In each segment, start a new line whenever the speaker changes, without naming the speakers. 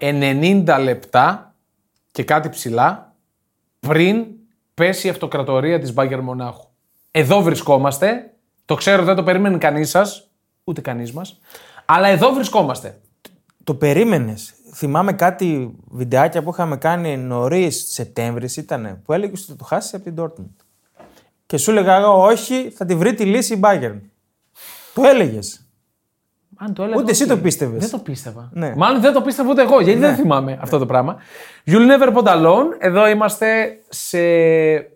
90 λεπτά και κάτι ψηλά πριν πέσει η αυτοκρατορία της Μπάγκερ Μονάχου. Εδώ βρισκόμαστε. Το ξέρω δεν το περίμενε κανείς σας, ούτε κανείς μας. Αλλά εδώ βρισκόμαστε.
Το περίμενες. Θυμάμαι κάτι βιντεάκια που είχαμε κάνει νωρίς Σεπτέμβρης ήταν που έλεγε ότι το χάσεις από την Dortmund. Και σου έλεγα εγώ, Όχι, θα τη βρει τη λύση η Bayern. Το έλεγες.
Αν το έλεγα,
Ούτε εσύ
όχι.
το πίστευες.
Δεν το πίστευα.
Ναι.
Μάλλον δεν το πίστευα ούτε εγώ, γιατί δεν θυμάμαι αυτό το πράγμα. You'll never put alone. Εδώ είμαστε σε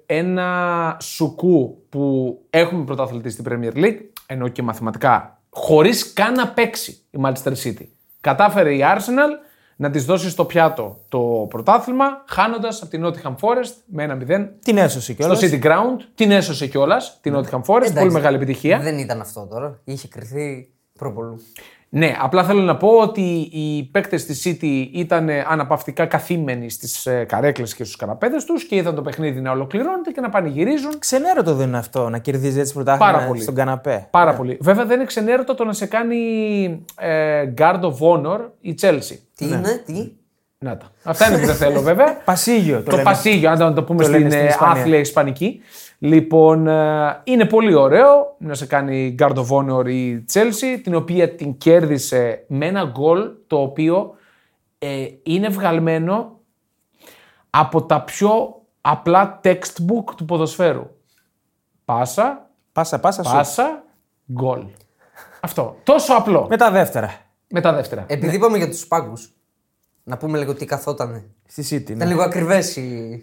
ένα σουκού που έχουμε πρωταθλητή στην Premier League, ενώ και μαθηματικά, χωρίς καν να παίξει η Manchester City. Κατάφερε η Arsenal να της δώσει στο πιάτο το πρωτάθλημα, χάνοντας από την Nottingham Forest με 1-0
Την έσωσε κιόλα.
στο City Ground. Την έσωσε κιόλας την
Ναι.
Nottingham Forest. Πολύ μεγάλη επιτυχία.
Δεν ήταν αυτό τώρα. Είχε κρυθεί προπολού.
Ναι, απλά θέλω να πω ότι οι παίκτες της City ήταν ε, αναπαυτικά καθήμενοι στις ε, καρέκλες και στους καναπέδες τους και είδαν το παιχνίδι να ολοκληρώνεται και να πανηγυρίζουν
Ξενέρωτο δεν είναι αυτό να κερδίζει έτσι
Πάρα
πρωτάθλημα
πολύ.
στον καναπέ.
πάρα πολύ. Βέβαια δεν είναι ξενέρωτο το να σε κάνει ε, guard of honor η Chelsea.
Τι είναι, τι.
Να τα. Αυτά είναι που δεν θέλω βέβαια.
Πασίγιο
το πασίγιο, αν το πούμε
το
στην,
λένε στην
ε,
Ισπανία.
άθλια ισπανική. Λοιπόν, ε, είναι πολύ ωραίο να σε κάνει guard of honor η Chelsea, την οποία την κέρδισε με ένα γκολ το οποίο ε, είναι βγαλμένο από τα πιο απλά textbook του ποδοσφαίρου. Πάσα,
Πάσα, πάσα, σου.
πάσα, γκολ. Αυτό. Τόσο απλό.
Με τα δεύτερα.
Με τα δεύτερα.
Επειδή είπαμε για τους πάγκους, να πούμε λίγο τι καθότανε.
Στη City. ναι.
Ήταν λίγο ακριβέ οι,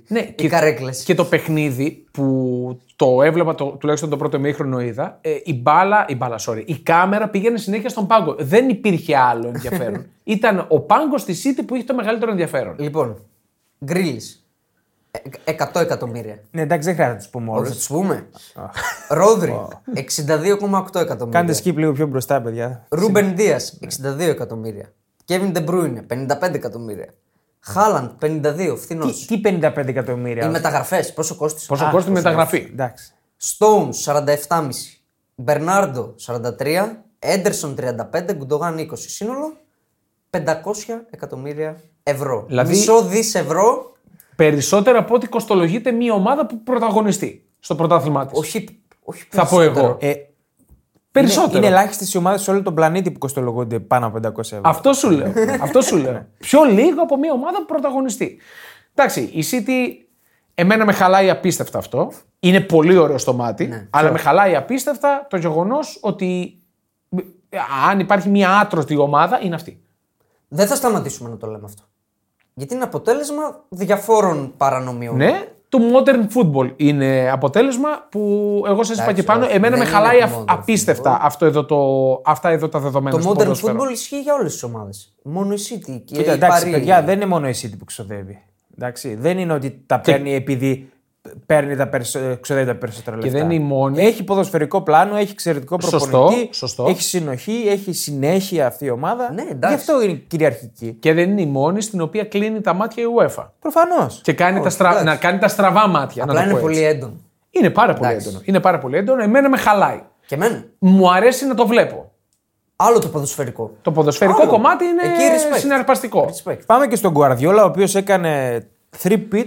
Ναι,
οι καρέκλες.
Και το παιχνίδι που το έβλεπα, το, τουλάχιστον το πρώτο μήχρονο είδα, ε, η μπάλα, η μπάλα, sorry, η κάμερα πήγαινε συνέχεια στον πάγκο. Δεν υπήρχε άλλο ενδιαφέρον. Ήταν ο πάγκος τη City που είχε το μεγαλύτερο ενδιαφέρον.
Λοιπόν, γκριλι. 100 εκατομμύρια.
Ναι, εντάξει, δεν χρειάζεται να τους πούμε
Όχι,
όλους.
θα τους πούμε. Ρόδρυ, 62,8 εκατομμύρια.
Κάντε skip λίγο πιο μπροστά, παιδιά.
Ρούμπεν Δία,
Ναι.
62 εκατομμύρια. Κέβιν Ντεμπρούινε, 55 εκατομμύρια. Χάλαντ, 52, φθηνός.
Τι, τι 55
Οι
εκατομμύρια.
μεταγραφές, πόσο κόστησε.
Πόσο κόστησε η μεταγραφή.
Εντάξει.
Στόουν 47,5. Μπερνάρντο 43. Έντερσον 35. Γκουντογάν 20. Σύνολο 500 εκατομμύρια ευρώ.
Δηλαδή-
Μισό δις ευρώ.
Περισσότερο από ό,τι κοστολογείται μια ομάδα που πρωταγωνιστεί στο πρωτάθλημά της.
Όχι, όχι
Θα πω εγώ.
Ε,
Περισσότερο.
Είναι ελάχιστες οι ομάδες σε όλο τον πλανήτη που κοστολογούνται πάνω από 500 ευρώ.
Αυτό σου λέω. Αυτό σου λέω. Πιο λίγο από μια ομάδα που πρωταγωνιστεί. Εντάξει, η City εμένα με χαλάει απίστευτα αυτό. Είναι πολύ ωραίο στο μάτι,
Ναι,
αλλά με χαλάει απίστευτα το γεγονός ότι ε, αν υπάρχει μια άτρωτη ομάδα είναι αυτή.
Δεν θα σταματήσουμε να το λέμε αυτό. Γιατί είναι αποτέλεσμα διαφόρων παρανομιών.
Ναι, του modern football είναι αποτέλεσμα που εγώ σας είπα και
Εντάξει,
πάνω.
όχι,
Εμένα
δεν
με
είναι
χαλάει
το
αφ-
modern
απίστευτα αυτό εδώ το, αυτά εδώ τα δεδομένα
Το
στο
modern
ποδόσφαιρο.
football ισχύει για όλες τις ομάδες. Μόνο η City και
Κοίτα,
η
εντάξει,
Paris.
παιδιά, δεν είναι μόνο η City που ξοδεύει. Εντάξει, δεν είναι ότι τα παίρνει επειδή παίρνει τα περισσο- ε, ξοδεύει τα περισσότερα λεφτά.
δεν είναι η μόνη.
Έχει ποδοσφαιρικό πλάνο, έχει εξαιρετικό
Σωστό,
προπονητή.
σωστό.
Έχει συνοχή, έχει συνέχεια αυτή η ομάδα.
Ναι, εντάξει.
Γι' αυτό είναι κυριαρχική.
Και δεν είναι η μόνη στην οποία κλείνει τα μάτια η UEFA.
Προφανώς.
Και κάνει τα στρα...
εντάξει.
να κάνει τα στραβά μάτια.
Απλά
να το
είναι
πω
πολύ
έτσι.
έντονο.
Είναι πάρα πολύ
Εντάξει.
έντονο. Είναι πάρα πολύ έντονο. Εμένα με χαλάει.
Και εμένα.
Μου αρέσει να το βλέπω.
Άλλο το ποδοσφαιρικό.
Το ποδοσφαιρικό
Άλλο.
κομμάτι είναι
Εκεί respect.
συναρπαστικό.
Respect.
Πάμε και στον Γκουαρδιόλα, ο οποίος έκανε 3 pit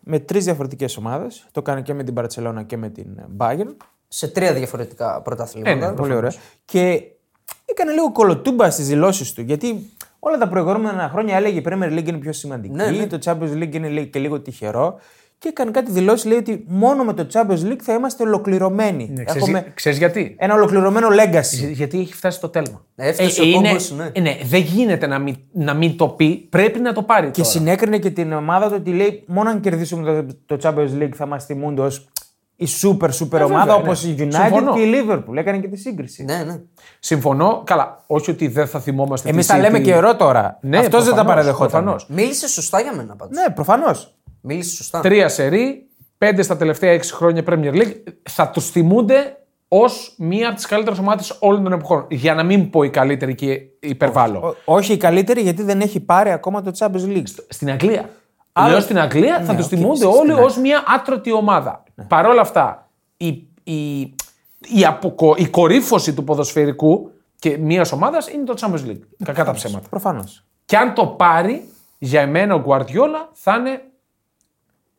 με τρεις διαφορετικές ομάδες. Το έκανε και με την Παρσελώνα και με την Bayern.
Σε τρία διαφορετικά πρωταθλήματα.
Ε, ναι.
Πολύ ωραία. Και έκανε λίγο κολοτούμπα στις δηλώσεις του. Γιατί όλα τα προηγούμενα χρόνια έλεγε η Premier League είναι πιο σημαντική.
Ναι, ναι.
Το Champions League είναι λέει, και λίγο τυχερό. Και έκανε κάτι δηλώσεις, λέει ότι μόνο με το Champions League θα είμαστε ολοκληρωμένοι. Έχουμε
Ναι, Ξέρεις, ε, ξέρεις γιατί.
ένα ολοκληρωμένο legacy.
Γιατί έχει φτάσει στο τέλμα.
Ε,
Ε,
Έφτασε ο κόμπος, ναι.
δεν γίνεται να μην, να μην το πει. Πρέπει να το πάρει
Και
τώρα.
συνέκρινε και την ομάδα του ότι λέει: Μόνο αν κερδίσουμε το, το Champions League θα μας τιμούνται ως η super super ομάδα
βέβαια,
όπως
ναι.
η United
Συμφωνώ.
και η Liverpool. Έκανε και τη σύγκριση.
Ναι, ναι.
Συμφωνώ. Καλά, όχι ότι δεν θα θυμόμαστε.
Εμείς
τη
τα
City.
λέμε καιρό τώρα.
Ναι,
Αυτός δεν τα
προφανώς,
παραδεχόταν.
προφανώς.
Μίλησε σωστά για μένα πάντως.
Ναι, προφανώς.
Μίλησες σωστά.
Τρία σερί, πέντε στα τελευταία έξι χρόνια Premier League. Θα τους θυμούνται ως μία από τις καλύτερες ομάδες όλων των εποχών. Για να μην πω η καλύτερη και υπερβάλλω.
Ό- όχι η καλύτερη γιατί δεν έχει πάρει ακόμα το Champions League.
Στην Αγγλία. Λέω στην Αγγλία θα
Ναι,
τους
οκ,
τιμούνται
στην Ναι.
όλοι ως μια άτρωτη ομάδα. Παρ' όλα αυτά, η, η, η, αποκο- η
Ναι,
κορύφωση του ποδοσφαιρικού και μια ομάδας είναι το Champions League. Κακά τα ψέματα.
Προφανώς.
Και Και αν το πάρει, για εμένα ο Γκουαρδιόλα θα είναι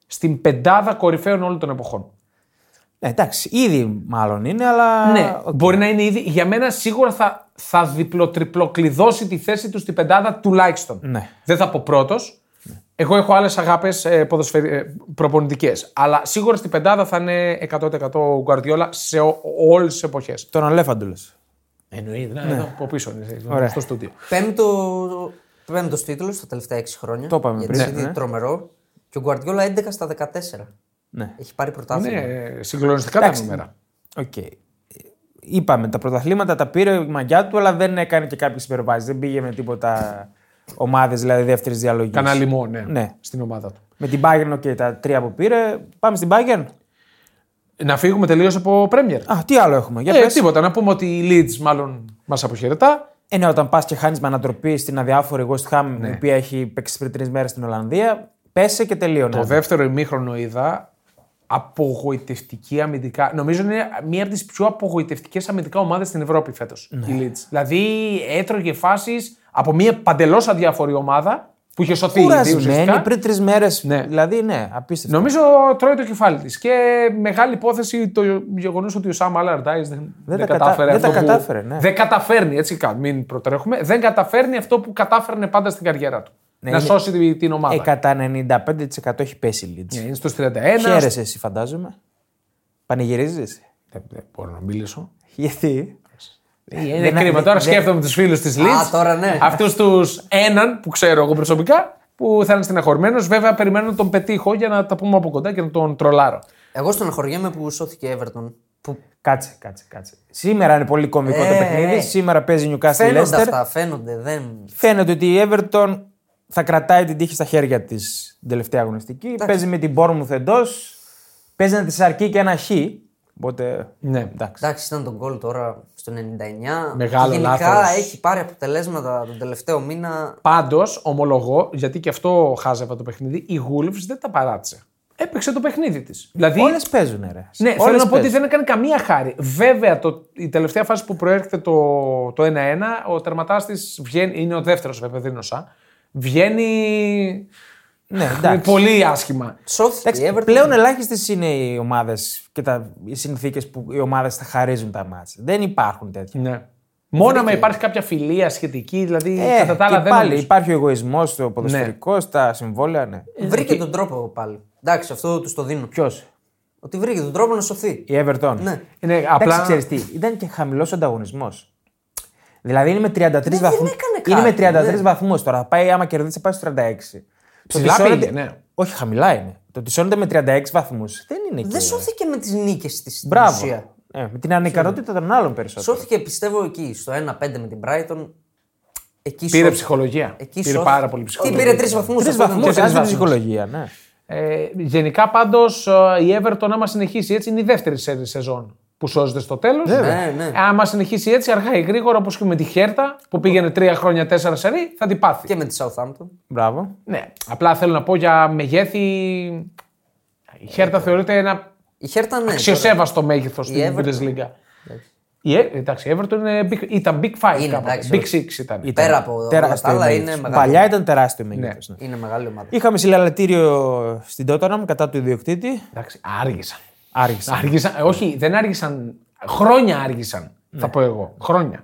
στην πεντάδα κορυφαίων όλων των εποχών.
Ε, εντάξει, ήδη μάλλον είναι, αλλά.
Ναι, μπορεί να είναι ήδη. Για μένα σίγουρα θα, θα διπλοτριπλοκλειδώσει τη θέση του στην πεντάδα τουλάχιστον.
Ναι.
Δεν θα πω πρώτος. Εγώ έχω ε, άλλε αγάπε προπονητικές. Αλλά σίγουρα στην πεντάδα θα είναι 100% ο Γκουαρδιόλα σε όλες τις εποχές.
Τον αλέφαντο λες.
Εννοείται. Ναι, εδώ από πίσω είναι,
Ωραία.
στο στούντιο.
Πέμπτο, πέμπτος τίτλος τα τελευταία 6 χρόνια.
Το είπαμε
γιατί
πριν,
είναι
ναι.
τρομερό. Και ο Γκουαρδιόλα 11 στα 14.
Ναι.
Έχει πάρει πρωτάθλημα.
Ναι, συγκλονιστικά τα νούμερα.
Οκ. Είπαμε, τα πρωταθλήματα τα πήρε η μαγιά του, αλλά δεν έκανε και κάποιες υπερβάσεις. Δεν πήγε με τίποτα ομάδες, δηλαδή δεύτερης διαλογής.
Κανά λιμό, ναι,
Ναι.
στην ομάδα του.
Με την Bayern, οκ, τα τρία που πήρε. Πάμε στην Bayern.
Να φύγουμε τελείως από Πρέμιερ.
Α, τι άλλο έχουμε. Για
Ε,
πες.
τίποτα. Να πούμε ότι η Leeds μάλλον μας αποχαιρετά.
Ε, ναι, όταν πας και χάνεις με ανατροπή στην αδιάφορη West Ham,
Ναι.
η οποία έχει παίξει πριν τρεις μέρες στην Ολλανδία, πέσε και τελείωνε.
Το δεύτερο ημίχρονο είδα απογοητευτική αμυντικά. Νομίζω είναι μία από τις πιο απογοητευτικές αμυντικά ομάδες στην Ευρώπη φέτος.
Ναι.
Η Leeds. Δηλαδή έτρωγε φάσεις από μία παντελώς αδιάφορη ομάδα που είχε σωθεί ήδη
Κουρασμένη
ουσιαστικά.
πριν τρεις μέρες.
Ναι.
Δηλαδή, ναι, απίστευτο.
Νομίζω τρώει το κεφάλι της. Και μεγάλη υπόθεση το γεγονός ότι ο Σάμ Αλαρντάι δεν, δεν,
τα κατα-
κατάφερε
δεν
αυτό.
τα
που-
κατάφερε, ναι.
Δεν καταφέρνει, έτσι κα- μην προτρέχουμε, δεν καταφέρνει αυτό που κατάφερνε πάντα στην καριέρα του. να
Ναι, είναι-
σώσει τη- την ομάδα.
Ε, κατά 95% έχει πέσει η Leeds.
Ναι, Είναι στου 31.
Χαίρεσαι εσύ, φαντάζομαι. Πανηγυρίζεις.
Δεν, δεν Ε, μπορώ να μιλήσω.
Γιατί.
Είναι
Δεν-
κρίμα.
δεν-
Τώρα
δεν-
σκέφτομαι τους φίλους της Λίτ.
Α, τώρα ναι.
Αυτούς τους έναν που ξέρω εγώ προσωπικά που θα είναι στεναχωρημένος. Βέβαια, περιμένω να τον πετύχω για να τα πούμε από κοντά και να τον τρολάρω.
Εγώ στεναχωριέμαι που σώθηκε η Everton. Που
Κάτσε, κάτσε, κάτσε. Σήμερα είναι πολύ κωμικό
Ε,
το παιχνίδι.
ε.
Σήμερα παίζει η Newcastle
φαίνονται
Leicester.
αυτά, φαίνονται. Δεν...
Φαίνεται ότι η Everton θα κρατάει την τύχη στα χέρια της την τελευταία αγωνιστική. Παίζει με την Bournemouth εντό. Παίζει να τη αρκεί και ένα χ. Οπότε.
Ναι.
Εντάξει.
Εντάξει, ήταν τον γκολ τώρα στο 99.
Μεγάλο
Και γενικά
λάθος.
έχει πάρει αποτελέσματα τον τελευταίο μήνα.
Πάντως, ομολογώ, γιατί και αυτό χάζευα το παιχνίδι, η Wolves δεν τα παράτησε. Έπαιξε το παιχνίδι της. Δηλαδή,
Όλες παίζουν, ρε.
ναι,
Όλες
θέλω να πω ότι
παίζουν.
δεν έκανε καμία χάρη. Βέβαια, το, η τελευταία φάση που προέρχεται το, το 1-1, ο τερματάς της βγαίνει, είναι ο δεύτερος βέβαια, δεν είναι ο Σα. Βγαίνει
Ναι, εντάξει.
πολύ άσχημα.
Σώθηκε η
Εντάξει,
Everton.
πλέον ελάχιστες είναι οι ομάδες και τα, οι συνθήκες που οι ομάδες θα χαρίζουν τα μάτια. Δεν υπάρχουν τέτοια.
Ναι. Μόνο με υπάρχει κάποια φιλία σχετική, δηλαδή
Ε,
κατά τα άλλα
και
δεν
πάλι
νομίζω.
υπάρχει ο εγωισμός στο ποδοσφαιρικό, στα συμβόλαια. Ναι.
Βρήκε τον τρόπο πάλι. Εντάξει, αυτό τους το δίνω.
Ποιος,
Ότι βρήκε τον τρόπο να σωθεί.
η Everton.
Ναι.
Είναι
Απλά...
απλά...
Εντάξει, ξέρεις τι, ήταν και χαμηλός ανταγωνισμός. Δηλαδή είναι με 33
δεν
βαθμούς.
έκανε
Είναι με
κάτι,
33
ναι.
βαθμούς τώρα. Θα Πάει, άμα κερδίσει, θα πάει στους 36. Το
Ψηλά
ότι σώνεται-
πήγε, ναι.
Όχι, χαμηλά είναι. Το ότι σώνεται με 36 βαθμούς δεν είναι εκεί.
Δεν σώθηκε με τις νίκες της στην
Μπράβο.
ουσία.
Ε, με την ανεκαρότητα των άλλων περισσότερο.
Σώθηκε πιστεύω εκεί, στο 1-5 με την Brighton. Εκεί
Πήρε
σώθηκε.
ψυχολογία.
Εκεί
πήρε
σώθηκε.
πάρα πολύ
Τι
ψυχολογία.
πήρε τρεις βαθμούς.
Τρεις βαθμού,
τρεις
άσε την
βαθμούς.
ψυχολογία. Ναι.
Ε, γενικά πάντως η Everton, άμα συνεχίσει έτσι, είναι η δεύτερη σερή σεζόν που σώζεται στο τέλος.
Βέβαια. Ναι, ναι.
Άμα συνεχίσει έτσι, αργά ή γρήγορα, όπως και με τη Χέρτα που πήγαινε τρία χρόνια τέσσερα σερή, θα την πάθει.
Και με τη Southampton.
Μπράβο.
Ναι. Απλά θέλω να πω για μεγέθη. Η Χέρτα θεωρείται ένα
Η Χέρτα ναι. τώρα.
αξιοσέβαστο μέγεθο
Ε, Η
στην
Everton.
Bundesliga. Η, ε- εντάξει, η Everton είναι big- ήταν Big Five
Είναι,
κάποτε.
εντάξει,
Big
όχι.
Six ήταν.
Πέρα από όλα τα
τεράστιο
άλλα είναι
μέγεθος.
μεγάλο.
Παλιά ήταν τεράστιο μέγεθος. Ναι.
Είναι μεγάλη ομάδα.
Είχαμε συλλαλητήριο στην Τόταναμ κατά του ιδιοκτήτη.
Εντάξει, άργησαν.
Άργησε.
άργησαν. ε, όχι, δεν άργησαν. Χρόνια άργησαν,
Ναι.
θα πω εγώ. Χρόνια.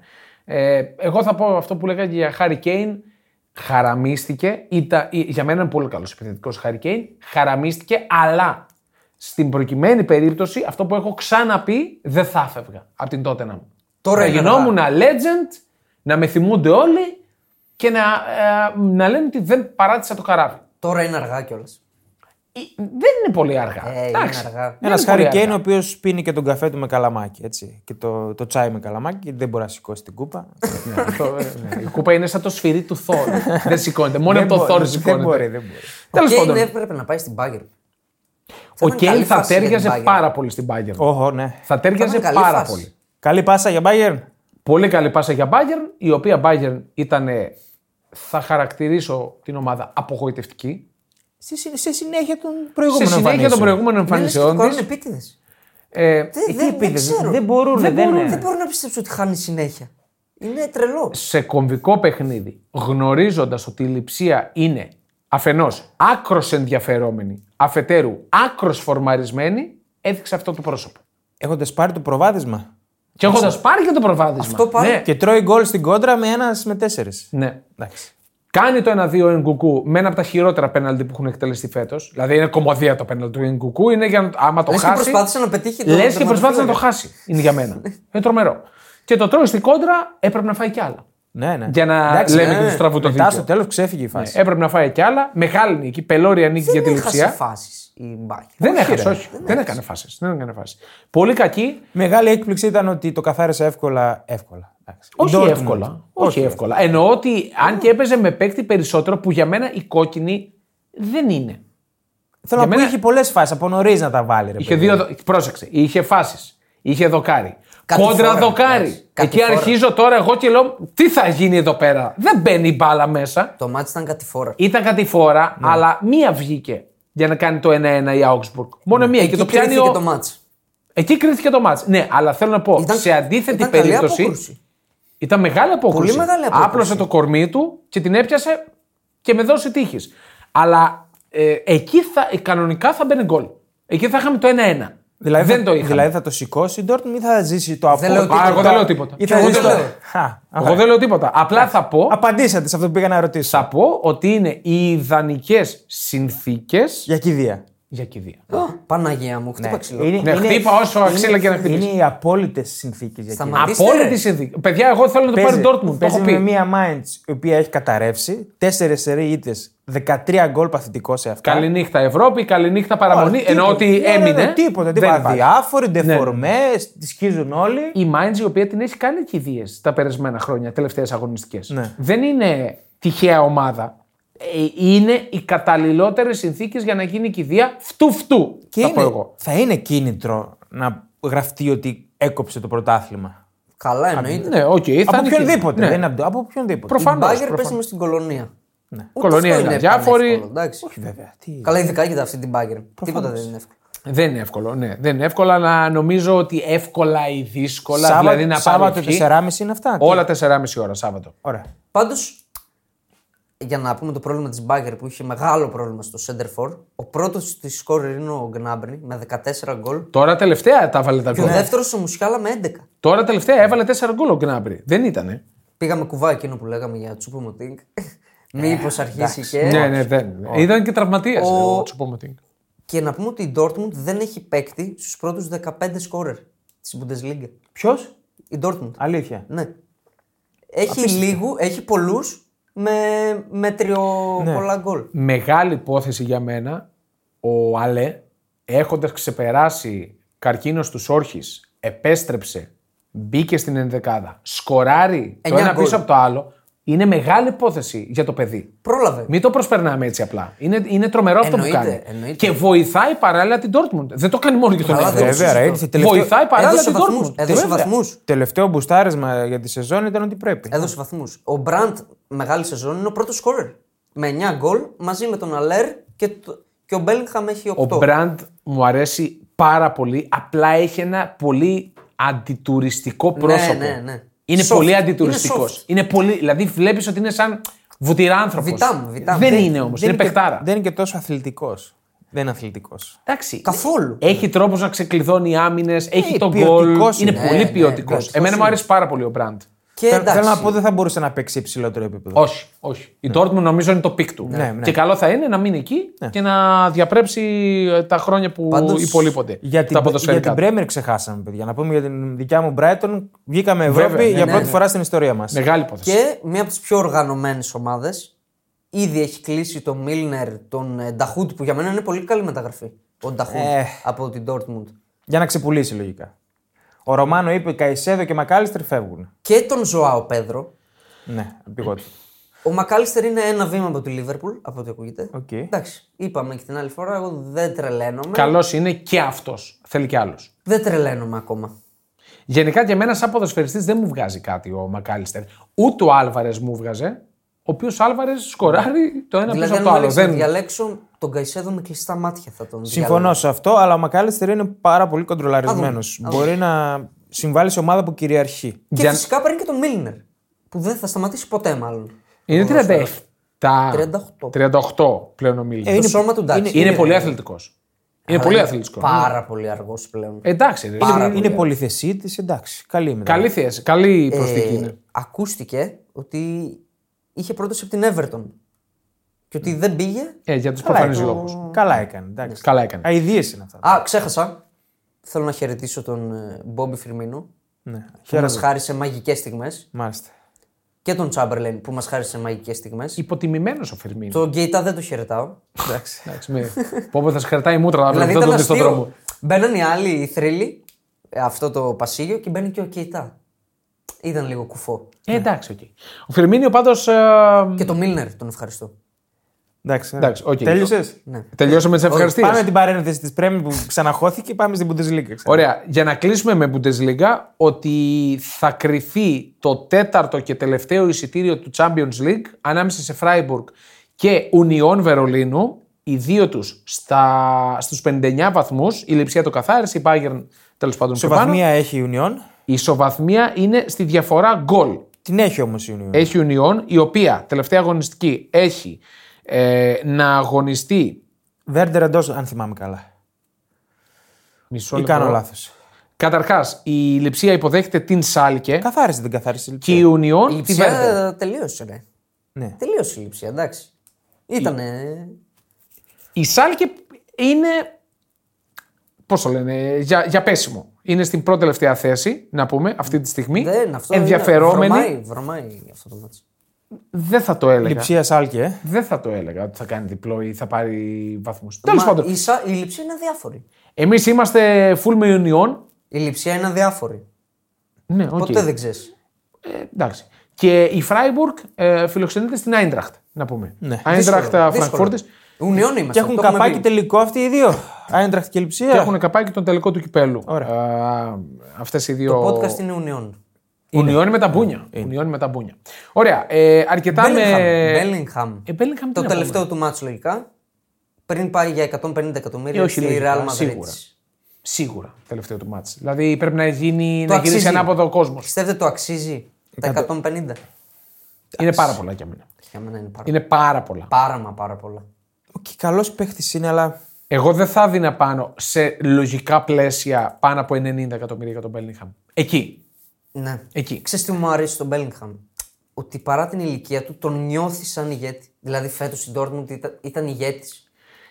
Ε, εγώ θα πω αυτό που λέγα και για Χάρη Κέιν. Χαραμίστηκε. Ήταν, ή- για μένα είναι πολύ καλός επιθετικός Χάρη Κέιν. Χαραμίστηκε, αλλά στην προκειμένη περίπτωση αυτό που έχω ξαναπεί δεν θα έφευγα από την τότε να μου.
Τώρα
θα
είναι
γινόμουν legend, να με θυμούνται όλοι και να, ε, να λένε ότι δεν παράτησα το καράβι.
Τώρα είναι αργά κιόλας.
Ε, Δεν είναι πολύ αργά.
Ε, είναι
Εντάξει.
αργά.
Δεν
Ένα
Ναι, είναι πολύ
Χάρη Κέιν ο
αργά.
οποίος πίνει και τον καφέ του με καλαμάκι. Έτσι. Και το, το τσάι με καλαμάκι, γιατί δεν μπορεί να σηκώσει την κούπα.
Ναι, αυτό, ε, ναι. Η κούπα είναι σαν το σφυρί του Θόρ. δεν σηκώνεται. Μόνο από το
μπορεί,
Θόρ
δεν μπορεί,
σηκώνεται.
δεν μπορεί.
Τέλος
Και
πάντων,
είναι ναι, έπρεπε να πάει στην Bayern.
ο
ήταν καλή
Κέιν θα
φάση για την
τέριαζε
Bayern.
πάρα πολύ στην Bayern.
Οχο, ναι.
Θα τέριαζε
ήταν καλή
πάρα
φάση.
πολύ.
Καλή πάσα για Bayern.
Πολύ καλή πάσα για Bayern, η οποία Bayern ήταν, ε, θα χαρακτηρίσω την ομάδα απογοητευτική.
Στη, συ- σε συνέχεια των
Σε
προηγούμενων
συνέχεια των
εμφανίσεων.
προηγούμενων
Εμφανισιόν.
εμφανισιών
Είναι
της,
επίτηδες.
ε,
Ε, τι
Δεν
επίτηδες,
ξέρω.
δεν μπορούν,
Δεν
δεν
μπορούν,
είναι.
δεν μπορώ να πιστέψω ότι χάνει συνέχεια. Είναι τρελό.
σε κομβικό παιχνίδι, γνωρίζοντας ότι η λειψία είναι αφενός άκρος ενδιαφερόμενη, αφετέρου άκρος φορμαρισμένη, έδειξε αυτό το πρόσωπο.
Έχοντας πάρει το προβάδισμα.
Και έχοντας πάρει και το προβάδισμα.
Αυτό πάρει.
Ναι.
Και τρώει γκολ στην κόντρα με ένας με τέσσερις.
ναι.
Εντάξει.
Κάνει το 1-2 ο Εγκουκού με ένα από τα χειρότερα πέναλτι που έχουν εκτελεστεί φέτος. Δηλαδή είναι κομμωδία το πέναλτι του Εγκουκού. Είναι για να, άμα το
Λες και
χάσει.
προσπάθησε να πετύχει το
Λες και προσπάθησε να το
τερματοφύλακα.
χάσει. Είναι για μένα. είναι τρομερό. Και το τρώει στην κόντρα, έπρεπε να φάει κι άλλα.
Ναι, ναι.
Για να λέμε και
ναι.
του στραβού το
Μετά
δίκιο.
στο τέλος ξέφυγε η φάση.
Έπρεπε να φάει κι άλλα. Μεγάλη νίκη. Πελώρια νίκη για τη
Δεν έχασε
ληψία.
φάσεις η Μπάκερ.
Δεν έχασε, όχι. Δεν έκανε φάσεις. Δεν έκανε φάσεις. Πολύ κακή.
Μεγάλη έκπληξη ήταν ότι το καθάρισε εύκολα. εύκολα. Εντάξει.
Όχι
Η Dortmund.
εύκολα. Όχι εύκολα. Εννοώ ότι αν και έπαιζε με παίκτη περισσότερο που για μένα η κόκκινη δεν είναι.
Θέλω να πω
μένα-
είχε πολλές φάσεις από νωρίς να τα βάλει. Ρε,
Ε.
Είχε
παιδί.
δύο, δο- πρόσεξε, είχε φάσεις. Είχε δοκάρι.
Κάτι
Κόντρα
φορά,
δοκάρι.
εντάξει, κάτι
Εκεί
φορά.
αρχίζω τώρα εγώ και λέω τι θα γίνει εδώ πέρα. Δεν μπαίνει η μπάλα μέσα.
Το μάτι ήταν κατηφόρα.
Ήταν κάτι φορά,
Ναι.
αλλά μία βγήκε για να κάνει το 1-1 η Augsburg. Μόνο μία. Και
Ναι. Εκεί
το πιάνει
κρίθηκε
ο...
το μάτς.
Εκεί κρίθηκε το μάτς. Ναι, αλλά θέλω να πω,
Ήταν-
σε αντίθετη
ήταν καλή
περίπτωση.
απόκρουση.
Ήταν μεγάλη απόκριση.
Πολύ μεγάλη απόκριση.
Άπλωσε το κορμί του και την έπιασε και με δώσει τύχης. Αλλά ε, εκεί θα, ε, κανονικά θα μπαίνει γκολ. Εκεί θα είχαμε το 1-1.
Δηλαδή,
δεν
θα,
το είχαμε.
δηλαδή θα το σηκώσει η Dortmund ή θα ζήσει το
Δεν λέω
απόλυτο.
τίποτα. Α, εγώ
δεν λέω τίποτα.
Ή
Και
θα
εγώ
ζήσει
δεν
το-
λέω.
Α,
Εγώ
ωραία.
δεν λέω τίποτα. Απλά θα πω,
Απαντήσατε σε αυτό που πήγα να ρωτήσω.
θα πω ότι είναι οι ιδανικές συνθήκες
Για κηδεία.
για κηδεία.
Α, Παναγία μου, χτύπα ξύλο.
Ναι, χτύπα όσο αξίλα και να
είναι-
χτυπήσεις.
Είναι οι απόλυτες συνθήκες για κηδεία.
Σταματήστε,
Απόλυτη
ρε.
συνθήκη. Παιδιά, εγώ θέλω να το πάρει Dortmund. Το
παίζει
έχω πει.
με μία Mainz η οποία έχει καταρρεύσει. Τέσσερι σερή ήττες, 13 γκολ παθητικό σε αυτά.
Καληνύχτα Ευρώπη, καληνύχτα παραμονή.
Τίποτα.
Ενώ ότι
Ναι, ναι, ναι,
έμεινε.
Τίποτα,
δεν
τίποτα.
υπάρχει. Ναι.
Αδιάφοροι, ντεφορμές, τη σχίζουν όλοι.
η Mainz η οποία την έχει κάνει κηδείες τα περασμένα χρόνια, τελευταίες αγωνιστικές.
Ναι.
Δεν είναι τυχαία ομάδα. Ε, Είναι οι καταλληλότερες συνθήκες για να γίνει κηδεία φτου-φτου.
Και
θα
είναι-
πω εγώ.
θα είναι κίνητρο να γραφτεί ότι έκοψε το πρωτάθλημα.
Καλά εννοείται.
Ναι, οκ. θα
από
είναι κηδεία.
οποιονδíποτε.
Ναι.
δεν είναι από- από οποιονδήποτε.
Η
Προφανώς,
Μπάγκερ
προφανώς.
πέσει μες στην κολονία. Ναι.
Κολονία είναι αδιάφορη.
Όχι βέβαια. Τι...
Καλά, ειδικά για αυτή την Μπάγκερ. Τίποτα δεν είναι εύκολο.
Δεν είναι εύκολο. Ναι. Δεν είναι εύκολο, αλλά νομίζω ότι εύκολα ή δύσκολα.
Σάββα-
δηλαδή να πάρει
Σάββατο
ευχή.
4,5 είναι αυτά. τι?
Όλα 4,5 ώρα Σάββατο.
Ωραία.
Πάντως, για να πούμε το πρόβλημα της Μπάγκερ που είχε μεγάλο πρόβλημα στο Σέντερφορ, ο πρώτος της σκόρερ είναι ο Γκνάμπρι με 14 γκολ
Τώρα τελευταία τα βάλε τα
και ο
γκολ.
δεύτερος ο Μουσιάλα με 11.
Τώρα τελευταία έβαλε 4 γκολ ο Γκνάμπρι. Δεν ήτανε.
Πήγαμε κουβά εκείνο που λέγαμε για Τσούπο Μωτίνγκ. Μήπως αρχίσει και.
Ε,
Ναι, ναι, δεν. Ήταν και τραυματίας.
Ο-
Ο... Τσουπομωτίνγκ.
Και να πούμε ότι η Dortmund δεν έχει παίκτη στους πρώτους 15 σκόρερ της Bundesliga.
Ποιος?
Η Dortmund.
Αλήθεια.
Ναι. Έχει λίγου, έχει πολλούς με μέτριο
Ναι.
πολλά γκολ.
μεγάλη υπόθεση για μένα ο Αλέ έχοντας ξεπεράσει καρκίνος στους όρχης επέστρεψε, μπήκε στην ενδεκάδα σκοράρει το
Εννιά
ένα
γκολ.
πίσω από το άλλο είναι μεγάλη υπόθεση για το παιδί
Πρόλαβε.
μην το προσπερνάμε έτσι απλά. Είναι, είναι τρομερό αυτό που
Εννοείται,
κάνει.
εννοείται.
Και βοηθάει παράλληλα την Dortmund. Δεν το κάνει μόνο για τον
Καλά,
εαυτό
δεν
του.
το
Βέβαια, ρε, ήρθε τελευταίο.
Βοηθάει παράλληλα
Έδωσε
την
βαθμούς,
Dortmund.
έδωσε
Βέβαια.
βαθμούς.
Τελευταίο μπουστάρισμα για τη σεζόν ήταν ότι πρέπει.
Ε,
Έδωσε βαθμούς. Ο Μπραντ μεγάλη σεζόν είναι ο πρώτος σκόρερ. Με 9 γκολ μαζί με τον Αλέρ και, το... και ο Μπέλιγχαμ έχει 8.
Ο Μπραντ μου αρέσει πάρα πολύ. Απλά έχει ένα πολύ αντιτουριστικό πρόσωπο.
ναι, ναι.
Είναι
Soft.
πολύ αντιτουριστικός.
Είναι soft.
Είναι, πολύ. Δηλαδή βλέπεις ότι είναι σαν βουτυράνθρωπος.
Βιτάμ, βιτάμ.
Δεν,
Δεν-
είναι όμως. Είναι
και-
παιχτάρα.
δεν είναι και τόσο αθλητικός. Δεν είναι αθλητικός.
Εντάξει.
Καθόλου.
Ε,
Έχει τρόπο να ξεκλειδώνει άμυνες, έχει τον γκολ.
ποιοτικός
Είναι
είναι.
πολύ
Ναι, ναι,
ποιοτικός.
ναι,
Εμένα μου αρέσει πάρα πολύ ο Μπραντ.
Και
Θέλ-
εντάξει.
Θέλω να πω δεν θα μπορούσε να παίξει υψηλότερο επίπεδο.
Όχι, όχι.
Ναι.
Η Dortmund νομίζω είναι το πικ του.
Ναι, ναι.
Και καλό θα είναι να μείνει εκεί και να διαπρέψει ε, τα χρόνια που
Πάντως,
υπολείπονται.
Για την,
τα
για
ποδοσφαιρικά.
την Bremer ξεχάσαμε, παιδιά. Να πούμε για την δικιά μου Brighton. Βγήκαμε Ευρώπη
Βέβαια, ναι,
για
ναι,
πρώτη
ναι.
φορά στην ιστορία μας.
Μεγάλη υπόθεση.
Και μία από τις πιο οργανωμένες ομάδες. Ήδη έχει κλείσει τον Μίλνερ, τον Νταχούντ που για μένα είναι πολύ καλή μεταγραφή. Ο Νταχούντ
Ε.
από την Dortmund.
Για να ξεπουλήσει λογικά. Ο Ρωμάνο είπε Καϊσέδο και Μακάλιστερ φεύγουν.
Και τον Ζωάο Πέδρο.
Ναι, επιγόντω.
Ο Μακάλιστερ είναι ένα βήμα από τη Λίβερπουλ, από ό,τι ακούγεται.
Οκ.
Εντάξει, είπαμε και την άλλη φορά, εγώ δεν τρελαίνομαι.
Καλός είναι και αυτός. Θέλει και άλλος.
Δεν τρελαίνομαι ακόμα.
Γενικά για μένα, σαν ποδοσφαιριστής, δεν μου βγάζει κάτι ο Μακάλιστερ. Ούτε ο Άλβαρες μου βγάζε, ο οποίος Άλβαρες σκοράρει το ένα
Δηλαδή,
πίσω
αν
από το
μου
άλλο.
έλεγες να
Δεν...
διαλέξω τον Καϊσέδο με κλειστά μάτια θα τον
Συμφωνώ σε αυτό, αλλά ο Μακάλιστερ είναι πάρα πολύ κοντρολαρισμένος.
Α δούμε,
Μπορεί να συμβάλλει σε ομάδα που κυριαρχεί.
Και
Για-
φυσικά παίρνει και τον Μίλνερ. που δεν θα σταματήσει ποτέ μάλλον.
Είναι 37.
38.
38 πλέον ο Μίλνερ.
το
Ε, Είναι,
σώμα του Ε, εντάξει. Ε,
είναι πολύ αθλητικός. Είναι πολύ αθλητικό. Ε,
Πάρα πολύ αργός πλέον.
Εντάξει, ρε.
Πάρα
Είναι-
πολύ.
Είναι πολυθεσίτης, εντάξει. Καλή μετά.
ναι. Καλή θέση, καλή
Ε,
προσθήκη είναι.
ακούστηκε ότι είχε πρόταση από την Everton. Και ότι δεν πήγε.
Ε, για τους
Καλά
προφανείς
έκανε.
λόγους.
Καλά έκανε. Εντάξει.
Καλά έκανε.
Αιδίε είναι αυτά.
Α, ξέχασα. Θέλω να χαιρετήσω τον ε, Μπόμπι Φιρμίνο
Ναι.
που μας
Χαίρομαι.
χάρισε μαγικές στιγμές.
Μάλιστα.
Και τον Τσάμπερλεν που μας χάρισε μαγικές στιγμές.
Υποτιμημένος ο Φερμίνο.
Τον Γκέιτα δεν το χαιρετάω.
Εντάξει.
Εντάξει, μη- Πω πω θα σε κρατάει η μούτρα, αλλά
δηλαδή
δεν
ήταν
το δει στον
αστείο.
δρόμο.
Μπαίναν οι άλλοι οι θρύλοι, ε, αυτό το πασίγιο και μπαίνει και ο Κέιτα. Ήταν λίγο κουφό.
Ναι.
Ε, εντάξει, οκ. Ο ε, Φερμίνιο πάντω.
Και το Μίλνερ τον ευχαριστώ.
Εντάξει.
Εντάξει, οκ.
Τέλειωσες.
Ναι.
Τελειώσαμε τις ευχαριστίες.
Πάμε την παρένθεση τη Πρέμι που ξαναχώθηκε. Πάμε στην Bundesliga. ξανά.
Ωραία. Για να κλείσουμε με Bundesliga, ότι θα κρυθεί το τέταρτο και τελευταίο εισιτήριο του Champions League ανάμεσα σε Freiburg και Union Βερολίνου. Οι δύο τους στου 59 βαθμούς. Η Λιψία το καθάρισε, η Bayern τέλος πάντων πιο πάνω.
Σοβαθμία έχει η Union.
Η ισοβαθμία είναι στη διαφορά γκολ.
Την έχει όμως η Union.
Έχει Union, η οποία τελευταία αγωνιστική έχει ε, να αγωνιστεί.
Βέρντερ εντός, αν θυμάμαι καλά.
Μισό
Ή
λεπτό.
κάνω λάθος.
Καταρχάς, η Λιψία υποδέχεται την Σάλκε
Καθάρισε την καθάρισε.
και η
Η
Union τη Βέρντερ.
λειψία τελείωσε, ρε.
Ναι.
Τελείωσε η λειψία, εντάξει. Ήτανε.
Η Σάλκε είναι. Πώς το λένε, για, για πέσιμο. Είναι στην πρώτη τελευταία θέση, να πούμε, αυτή τη στιγμή.
Δεν, αυτό
Ενδιαφερόμενη.
Είναι, βρωμάει, βρωμάει αυτό το μάτσο.
Δεν θα το έλεγα.
Λιψία Σάλκε. ε.
Δεν θα το έλεγα ότι θα κάνει διπλό ή θα πάρει βαθμούς. Τέλο
Μα
πάντων,
Η, σα... η λειψία είναι αδιάφορη.
εμείς είμαστε full με Union.
Η λειψία είναι αδιάφορη.
Ναι, οκ.
Ποτέ δεν ξέρεις.
Ε, εντάξει. Και η Φράιμπουργκ ε, φιλοξενείται στην Άιντραχτ, να πούμε.
Ναι.
Άιντραχτ Φραγκφούρτη.
Ουνιών είμαστε.
Και έχουν
το έχουμε
καπάκι
πει.
τελικό αυτοί οι δύο. Άιντραχτ και Λιψία.
Και
Ε.
έχουν καπάκι τον τελικό του κυπέλου.
Ωραία.
Αυτές οι δύο.
Το podcast είναι Ουνιών.
Ουνιώνει με τα μπούνια. Ουνιώνει με τα μπούνια. Ωραία. Ε, αρκετά με.
Μπέλιγχαμ.
Ε, Bellingham τι
Το
να
τελευταίο του μάτσο λογικά. Πριν πάει για 150 εκατομμύρια
Ε, όχι
στη
λογικά,
Real Madrid.
σίγουρα. Σίγουρα τελευταίο του μάτς. Δηλαδή πρέπει να, γίνει,
Το
να γυρίσει
αξίζει.
ανάποδο ο κόσμος.
Πιστεύετε το αξίζει τα 150.
Είναι πάρα πολλά για μένα.
Για μένα είναι πάρα,
Είναι πάρα πολλά.
πάρα μα πάρα πολλά.
Και καλός παίχτης είναι, αλλά
Εγώ δεν θα δίνα πάνω σε λογικά πλαίσια πάνω από 90 εκατομμύρια για τον Bellingham. Εκεί.
Ναι.
Εκεί.
Ξέρεις τι μου αρέσει στον Bellingham. Ότι παρά την ηλικία του τον νιώθει σαν ηγέτη. Δηλαδή φέτος στην Dortmund ήταν, ήταν ηγέτης.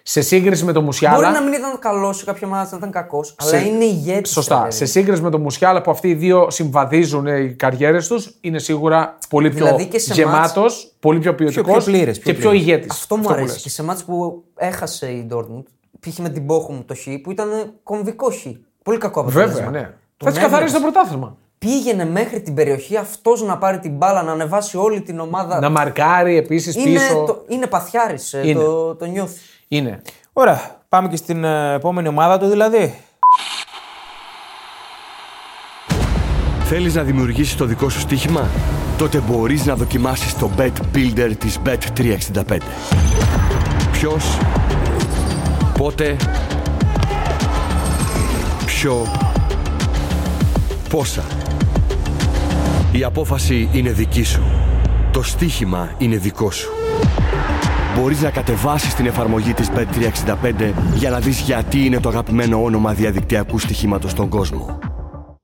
Σε σύγκριση με τον
Μπορεί
Μουσιάλα.
να μην ήταν καλός σε κάποια μάτια, να ήταν κακός, αλλά είναι ηγέτης.
Σωστά. Σε σύγκριση με τον Μουσιάλα που αυτοί οι δύο συμβαδίζουν ε, οι καριέρες τους, είναι σίγουρα πολύ πιο
Δηλαδή και σε
γεμάτος, πολύ πιο ποιοτικό
πιο πλήρες, πιο
και πιο
πλήρες.
ηγέτης.
Αυτό μου αρέσει. Και σε μάτς που έχασε η Dortmund, π.χ. με την Bochum το χ που ήταν κομβικό χ. Πολύ κακό αποτέλεσμα.
Βέβαια, ναι.
Τον
Θα τη καθαρίσει το
έβλεπες.
πρωτάθλημα.
Πήγαινε μέχρι την περιοχή αυτός να πάρει την μπάλα, να ανεβάσει όλη την ομάδα.
Να μαρκάρει επίσης
είναι,
πίσω.
το, είναι παθιάρης, ε,
Είναι.
Το, το νιώθεις.
Είναι.
Ωραία, πάμε και στην ε, επόμενη ομάδα του δηλαδή.
Θέλεις να δημιουργήσεις το δικό σου στοίχημα? Τότε μπορείς να δοκιμάσεις το Bet Builder της Bet365. Ποιος, πότε, ποιο, πόσα. Η απόφαση είναι δική σου. Το στοίχημα είναι δικό σου. Μπορείς να κατεβάσεις την εφαρμογή της Bet365 για να δεις γιατί είναι το αγαπημένο όνομα διαδικτυακού στοιχήματος στον κόσμο.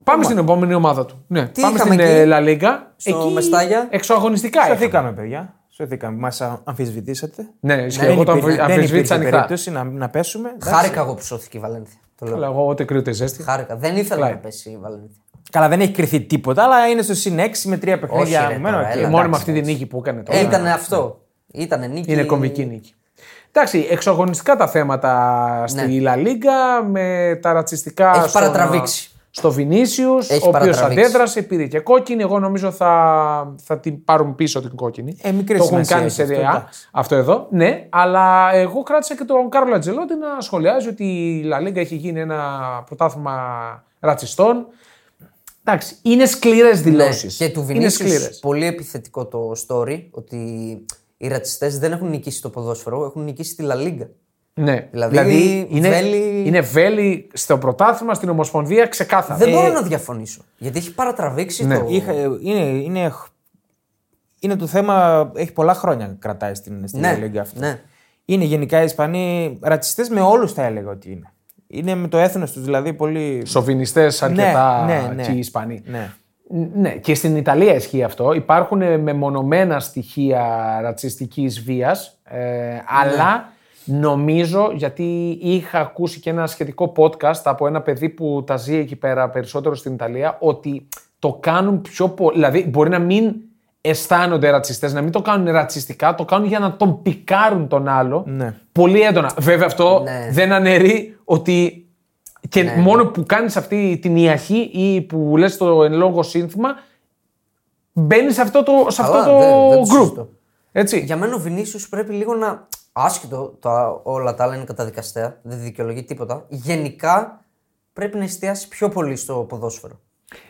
Πάμε στην επόμενη ομάδα του. Ναι.
Τι
Πάμε
είχαμε
στην
εκεί?
ε, La Liga.
Στο Μεστάγια.
Εξωαγωνιστικά. είχαμε.
Σωθήκαμε, παιδιά. Σωθήκαμε. Μα αμφισβητήσατε.
Ναι, ισχύει.
Δεν
εγώ το
υπήρχε-
αμφι-
δεν
αμφισβήτησα
υπήρχε
ανοιχτά.
περίπτωση να, να πέσουμε. εντάξει.
Χάρηκα εγώ που σώθηκε η Βαλένθια. Το λέω.
Αλλά εγώ ούτε κρύο ούτε ζέστη.
Χάρηκα. Δεν ήθελα
Καλά.
να πέσει η Βαλένθια.
Καλά, δεν έχει κρυθεί τίποτα, αλλά είναι στο συν 6 με 3 παιχνίδια.
ρε,
απομένω,
τώρα,
οκ.
έλα.
Μόνο με
εντάξει,
αυτή τη νίκη που έκανε τώρα.
Ε, ήταν αυτό. Ήταν νίκη.
ναι, Είναι κομβική νίκη. Εντάξει, εξωγονιστικά τα θέματα στη Λα Λίγκα με τα ρατσιστικά.
Ναι. Έχει
στον-
παρατραβήξει.
Στο Βινίσιους, ο οποίος
παρατραβήξει.
αντέδρασε, πήρε και κόκκινη. Εγώ νομίζω θα, θα την πάρουν πίσω την κόκκινη.
Ε, μικρή
το έχουν
σημασία
κάνει
έχει
σε
αυτό,
ΔΕΑ
εντάξει.
αυτό εδώ. Ναι, αλλά εγώ κράτησα και τον Κάρλο Ατζελότη να σχολιάζει ότι η Λα Λίγκα έχει γίνει ένα πρωτάθλημα ρατσιστών. Εντάξει, είναι σκληρές δηλώσει.
Ναι. Και του Βινίσιους πολύ επιθετικό το story ότι οι ρατσιστές δεν έχουν νικήσει το ποδόσφαιρο, έχουν νικήσει τη Λα Λίγκα.
Ναι.
Δηλαδή,
είναι,
βέλη-
είναι βέλη στο πρωτάθλημα, στην Ομοσπονδία ξεκάθαρα. Ε,
Δεν μπορώ να διαφωνήσω. Γιατί έχει παρατραβήξει το.
Είχα- ε, είναι, είναι χ- είναι το θέμα, έχει πολλά χρόνια κρατάει στην, στην
Ναι,
Λίγκα αυτό.
ναι.
Είναι γενικά οι Ισπανοί ρατσιστές με όλους θα έλεγα ότι είναι. Είναι με το έθνος τους δηλαδή πολύ.
Σοφινιστέ αρκετά
ναι, ναι.
και οι Ισπανοί.
Ναι.
Ναι, και στην Ιταλία ισχύει αυτό. Υπάρχουν ε, μεμονωμένα στοιχεία ρατσιστικής βίας, ε, αλλά νομίζω, γιατί είχα ακούσει και ένα σχετικό podcast από ένα παιδί που τα ζει εκεί πέρα περισσότερο στην Ιταλία, ότι το κάνουν πιο πολύ. Δηλαδή, μπορεί να μην αισθάνονται ρατσιστές, να μην το κάνουν ρατσιστικά, το κάνουν για να τον πικάρουν τον άλλο
Ναι.
πολύ έντονα. Βέβαια, αυτό
Ναι.
δεν αναιρεί ότι και μόνο που κάνεις αυτή την ιαχή ή που λες το εν λόγω σύνθημα, μπαίνεις σε αυτό το, σε αυτό
Καλά,
το
δεν- δεν το
group.
συζητώ.
Έτσι.
Για μένα ο Βινίσιο πρέπει λίγο να. Άσχετο, τα, όλα τα άλλα είναι καταδικαστέα, δεν δικαιολογεί τίποτα. Γενικά πρέπει να εστιάσει πιο πολύ στο ποδόσφαιρο.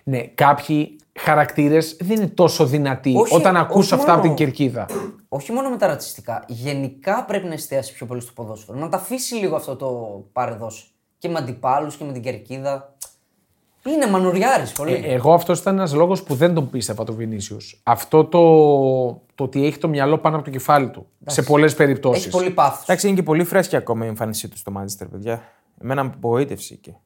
Ναι, κάποιοι χαρακτήρες δεν είναι τόσο δυνατοί
Όχι,
όταν
όχι
ακούς αυτά από την
μόνο.
κερκίδα.
Όχι μόνο με τα ρατσιστικά. Γενικά πρέπει να εστιάσει πιο πολύ στο ποδόσφαιρο. Να τα αφήσει λίγο αυτό το παρεδώσει. Και με αντιπάλους και με την κερκίδα. Είναι μανουριάρης πολύ.
Ε, Εγώ αυτός ήταν ένας λόγος που δεν τον πίστευα τον Βινίσιους. Αυτό το, το ότι έχει το μυαλό πάνω από το κεφάλι του σε πολλέ
Έχει
περιπτώσει.
πολύ πάθος.
Εντάξει, είναι και πολύ φρέσκια ακόμα η εμφάνισή του στο Μάντσεστερ, παιδιά. Εμένα με απογοήτευσε εκεί.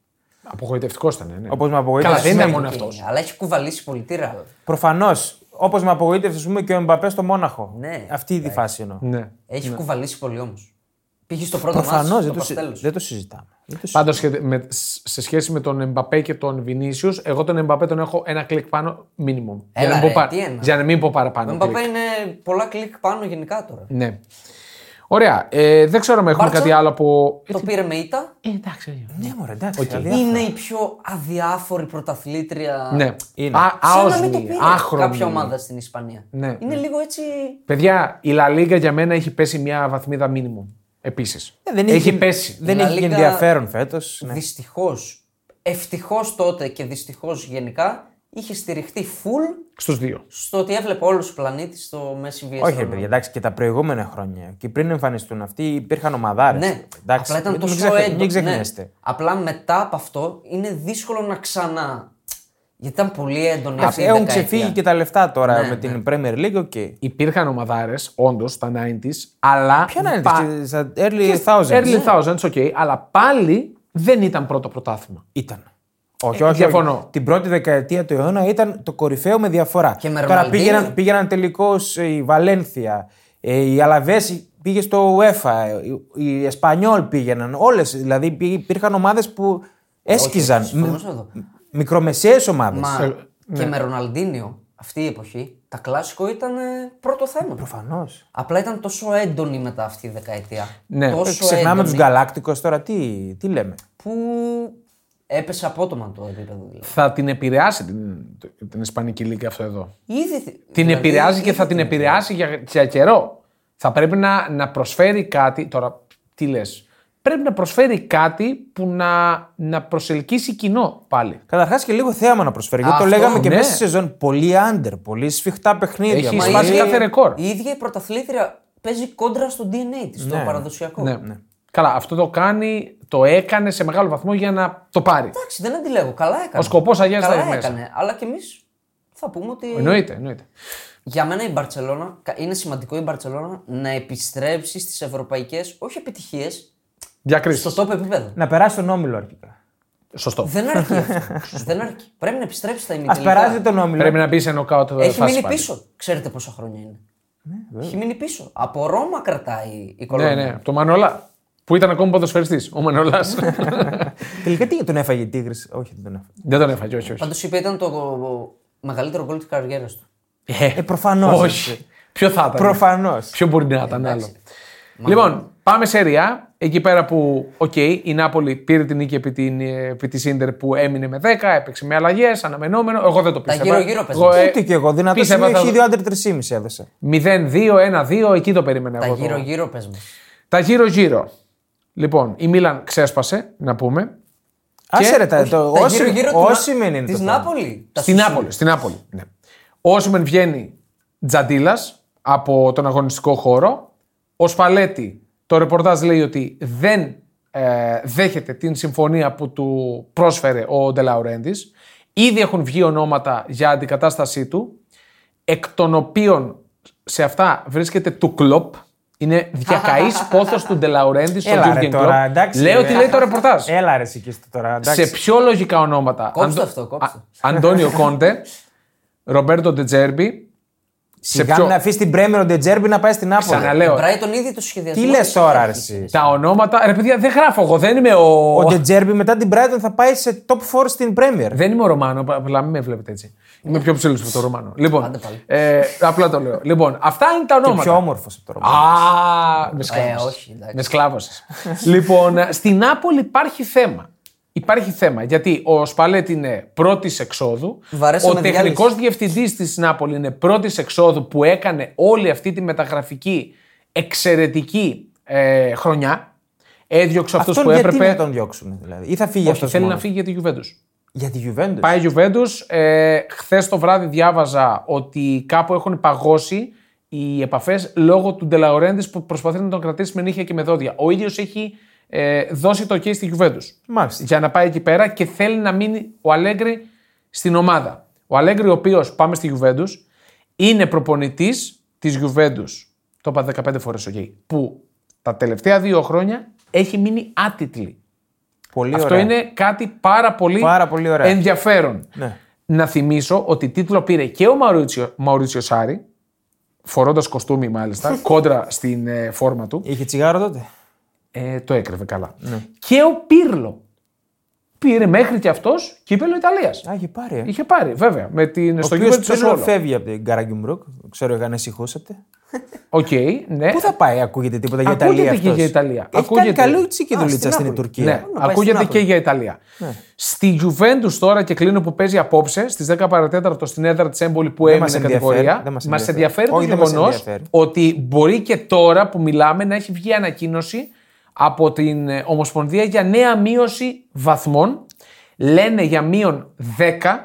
Απογοητευτικός ήταν. Ναι.
Όπως με
Καλά,
απογοήτευσε.
δεν ήταν μόνο αυτός.
Αλλά έχει κουβαλήσει πολιτήρα.
Προφανώς. Όπως με απογοήτευσε, ας πούμε, και ο Εμπαπέ στο Μόναχο.
Ναι.
Αυτή τη φάση εννοώ.
Ναι.
Έχει κουβαλήσει πολύ όμως. Πήγε στο πρώτο μάτι.
Προφανώ δεν,
στο
το συ-
παστέλο.
δεν το συζητάμε. Δεν το
Πάντως σε σχέση με τον Εμπαπέ και τον Βινίσιους, εγώ τον Εμπαπέ τον έχω ένα κλικ πάνω minimum. για,
Έλα
να μην πω
ρε,
πα-
τι ένα.
για να μην πω
Ο
παραπάνω.
Μπαπέ
κλικ.
είναι πολλά κλικ πάνω γενικά τώρα.
Ναι. Ωραία. Ε, δεν ξέρω αν έχουμε
Μπάρτσα.
κάτι άλλο από.
Το πήρε με ήττα.
Ε, εντάξει.
συζητάμε. Ναι, μωρέ, εντάξει. αδιάφορα.
Είναι η πιο αδιάφορη πρωταθλήτρια.
Ναι.
Είναι.
Α,
Σαν να
άοσμη,
μην το πήρε
άχρονη.
κάποια ομάδα στην Ισπανία.
Ναι,
είναι λίγο έτσι.
Παιδιά, η Λα Λίγκα για μένα έχει πέσει μια βαθμίδα minimum. Επίσης.
Ε, δεν
έχει
έχει-
πέσει.
Δεν
La
έχει και
Liga-
ενδιαφέρον φέτος. Ναι.
Δυστυχώς. Ευτυχώς τότε και δυστυχώς γενικά είχε στηριχτεί full
Στους δύο.
στο ότι έβλεπε όλους τους πλανήτη στο Messi vs.
Όχι, ρε
Ronaldo.
παιδιά, εντάξει, και τα προηγούμενα χρόνια. Και πριν εμφανιστούν αυτοί, υπήρχαν ομαδάρες.
Ναι,
εντάξει,
απλά ήταν
μην
τόσο
ξεχ-
έντονο.
Μην
ναι.
ξεχνιέστε.
Απλά μετά από αυτό είναι δύσκολο να ξανά. Γιατί ήταν πολύ έντονη αυτή
Αυτοί
η
Έχουν
Ναι, δεκαετία.
ξεφύγει και τα λεφτά τώρα
Ναι,
με την Premier League, οκ. Okay.
Υπήρχαν ομαδάρες, όντως, τα 90s, αλλά.
Ποια να είναι,
πα-
στις- στα early thousands.
Ναι.
Early thousands, οκ, αλλά πάλι δεν ήταν πρώτο πρωτάθλημα.
Ήταν. Όχι, όχι,
Ε, διαφωνώ.
όχι. Την πρώτη δεκαετία του αιώνα ήταν το κορυφαίο με διαφορά.
Και με
Τώρα
Ronaldinho.
πήγαιναν, πήγαιναν τελικώς η Βαλένθια, ε, η Αλαβές πήγε στο UEFA, η- η Εσπανιόλ πήγαιναν. Όλες δηλαδή υπή- υπήρχαν ομάδες που έσκιζαν.
Όχι, συμφωνώ σε αυτό.
Μικρομεσαίες ομάδες.
Μα
Ναι.
και με Ροναλντίνιο αυτή η εποχή, τα κλασικό ήταν ε, πρώτο θέμα.
Προφανώς.
Απλά ήταν τόσο έντονη μετά αυτή η δεκαετία.
Ναι,
τόσο
Ε, Ξεχνάμε τους
έντονη
Γκαλάκτικου τώρα, τι, τι λέμε.
Που έπεσε απότομα το επίπεδο. Δηλαδή.
Θα την επηρεάσει την, την Ισπανική Λίγκα αυτό εδώ.
Ήδη,
Την
δηλαδή,
επηρεάζει και
ήδη
θα την επηρεάσει για, για καιρό. Θα πρέπει να, να προσφέρει κάτι. Τώρα, τι λες. Πρέπει να προσφέρει κάτι που να, να προσελκύσει κοινό πάλι.
Καταρχάς και λίγο θέαμα να προσφέρει. Γιατί το
Αυτό,
λέγαμε και
ναι.
μέσα στη σεζόν. Πολύ άντερ, πολύ σφιχτά παιχνίδια.
Έχει
Μα
η
σπάσει
ίδια-
κάθε ρεκόρ.
Η ίδια η πρωταθλήτρια παίζει κόντρα στο DNA της, στο παραδοσιακό.
Ναι. Καλά, αυτό το κάνει, το έκανε σε μεγάλο βαθμό για να το πάρει.
Εντάξει, δεν αντιλέγω. Καλά έκανε.
Ο σκοπός αγιάζει τα
Καλά
εχμές.
έκανε. Αλλά και εμείς θα πούμε ότι.
Εννοείται, εννοείται.
Για μένα η Μπαρσελόνα, είναι σημαντικό η Μπαρσελόνα να επιστρέψει στις ευρωπαϊκές, όχι επιτυχίες,
Διακρίσεις.
στο top
Ναι.
επίπεδο.
Να περάσει τον όμιλο αρχικά.
Σωστό.
Δεν αρκεί αυτό. δεν αρκεί. Πρέπει να επιστρέψει στα
Α
ημιτελικά.
περάσει τον όμιλο.
Πρέπει να μπει σε νοκάουτ
Έχει
Ε, φάση
μείνει
πάλι.
πίσω. Ξέρετε πόσα χρόνια είναι.
Ναι,
Έχει μείνει πίσω. Από Ρώμα κρατάει η
Ναι,
κολόνα.
ναι, από τον Μανολά. Που ήταν ακόμα ποδοσφαιριστής. Ο Μανολάς.
Τελικά τι τον έφαγε η Τίγρης. Όχι, δεν τον έφαγε.
δεν τον έφαγε, όχι, όχι.
Πάντως είπε ήταν το μεγαλύτερο γκολ της καριέρας του.
Ε, προφανώς.
όχι. Ποιο θα ήταν.
Προφανώς.
Ποιο μπορεί να ήταν άλλο.
εντάξει.
Λοιπόν, πάμε σε Ριά. Εκεί πέρα που, οκ, η Νάπολη πήρε την νίκη επί, την, επί της Ίντερ που έμεινε με 10, έπαιξε με αλλαγές, αναμενόμενο. Εγώ δεν το πίστευα.
γύρω-γύρω
Εγώ, ε,
Ούτε και εγώ. Δυνατός
πίστευα
σημείο
θα-
έχει δύο άντρε 3,5 έδωσε.
0-2, 1-2, εκεί το περίμενα
Τα
εγώ. το-
γύρω-γύρω πες μα.
Τα γύρω-γύρω. Λοιπόν, η Μίλαν ξέσπασε, να πούμε.
Άσε ρε, τα- το. Όσοι όσοι μεν είναι.
Της
το θέμα.
Νάπολη. Τα
Στην
σου-
Νάπολη. Στην Νάπολη ναι. Όσιμεν βγαίνει τζαντίλας από τον αγωνιστικό χώρο. Ο Σφαλέτη, το ρεπορτάζ λέει ότι δεν ε, δέχεται την συμφωνία που του πρόσφερε ο Ντελαουρέντης. Ήδη έχουν βγει ονόματα για αντικατάστασή του, εκ των οποίων σε αυτά βρίσκεται του κλοπ. Είναι διακαής πόθος του Ντελαουρέντη στο
Έλα ρε
Jurgen
τώρα,
Klopp.
εντάξει.
Λέω
ρε.
τι λέει το ρεπορτάζ.
Έλα ρε σικίστε τώρα, εντάξει.
σε πιο λογικά ονόματα.
Κόψτε
Αντο-
αυτό, κόψτε.
Α- Αντώνιο Κόντε, Ρομπέρτο Ντετζέρμπι. Σε
Σιγά
πιο...
να αφήσεις την Πρέμιρο Ντετζέρμπι να πάει στην Άπολη.
Ξαναλέω.
Brighton ήδη του σχεδιασμού.
Τι λε τώρα, ρε, εσύ.
Τα ονόματα. Ρε παιδιά, δεν γράφω εγώ, δεν είμαι ο.
Ο Ντετζέρμπι μετά την Brighton θα πάει σε top 4 στην Premier.
Δεν είμαι ο Ρωμάνο, απ- απλά μην με βλέπετε έτσι. Είμαι πιο ψηλός από το Ρωμάνο. Λοιπόν,
Άντε πάλι.
ε, απλά το λέω. Λοιπόν, αυτά είναι τα
Και
ονόματα.
πιο όμορφος από το Ρωμάνο.
Α, με
Ε,
σκλάβωσες.
όχι, εντάξει.
με σκλάβωσες. λοιπόν, στην Νάπολη υπάρχει θέμα. Υπάρχει θέμα γιατί ο Σπαλέτ είναι πρώτης εξόδου.
Βαρέσαμε
ο
διάλυση.
τεχνικός διευθυντής της Νάπολη είναι πρώτης εξόδου που έκανε όλη αυτή τη μεταγραφική εξαιρετική ε, χρονιά. Έδιωξε αυτούς
Αυτόν
που
γιατί
έπρεπε.
να τον διώξουν δηλαδή. Ή θα φύγει
Όχι,
αυτός.
θέλει να φύγει για τη Juventus.
Για τη Juventus.
Πάει η Juventus. Ε, Χθες το βράδυ διάβαζα ότι κάπου έχουν παγώσει οι επαφές λόγω του Ντελαορέντη που προσπαθεί να τον κρατήσει με νύχια και με δόντια. Ο ίδιος έχει ε, δώσει το OK στη Juventus
Μάλιστα.
για να πάει εκεί πέρα και θέλει να μείνει ο Αλέγκρι στην ομάδα. Ο Αλέγκρι, ο οποίος πάμε στη Juventus, είναι προπονητής της Juventus. Το είπα 15 φορέ, OK. Που τα τελευταία δύο χρόνια έχει μείνει άτιτλη.
Πολύ
Αυτό
ωραία.
είναι κάτι πάρα πολύ,
Πάρα πολύ ωραίο.
ενδιαφέρον.
Ναι.
Να θυμίσω ότι τίτλο πήρε και ο Μαουρίτσιο, Μαουρίτσιο Σάρη, φορώντας κοστούμι μάλιστα, κόντρα στην ε, φόρμα του.
Είχε τσιγάρο τότε.
Ε, το έκρεβε καλά.
Ναι.
Και ο Πύρλο. Πήρε μέχρι και αυτός κύπελο Ιταλίας.
Α, είχε πάρει. ε.
Είχε πάρει, βέβαια. Με την,
Ο
στο
οποίος
γήπεδο του
Πύρλο
Σασουόλο.
φεύγει από την Καραγκιουμπρούκ. Ξέρω εγώ αν εσυχούσατε.
Οκ, ναι.
Πού θα πάει, ακούγεται τίποτα για
Ακούγεται
Ιταλία.
και
αυτός.
για Ιταλία.
Έχει
Ακούγεται.
κάνει καλή τσίκη
Α,
δουλίτσα
στην
στην
Νάπολη.
Τουρκία.
Ναι,
Να πάει στην
ακούγεται
Νάπολη. Ναι.
και για Ιταλία. Στη Juventus τώρα και κλείνω που παίζει απόψε στις 10 παρατέταρτο στην έδρα της Έμπολη που
Δεν μας
έμεινε
ενδιαφέρει,
κατηγορία.
δεν μας
Μας
ενδιαφέρει.
ενδιαφέρει το
Όχι, δεν μας
γεγονός
ενδιαφέρει.
ότι μπορεί και τώρα που μιλάμε να έχει βγει ανακοίνωση από την ε, Ομοσπονδία για νέα μείωση βαθμών. Λένε για μείον 10,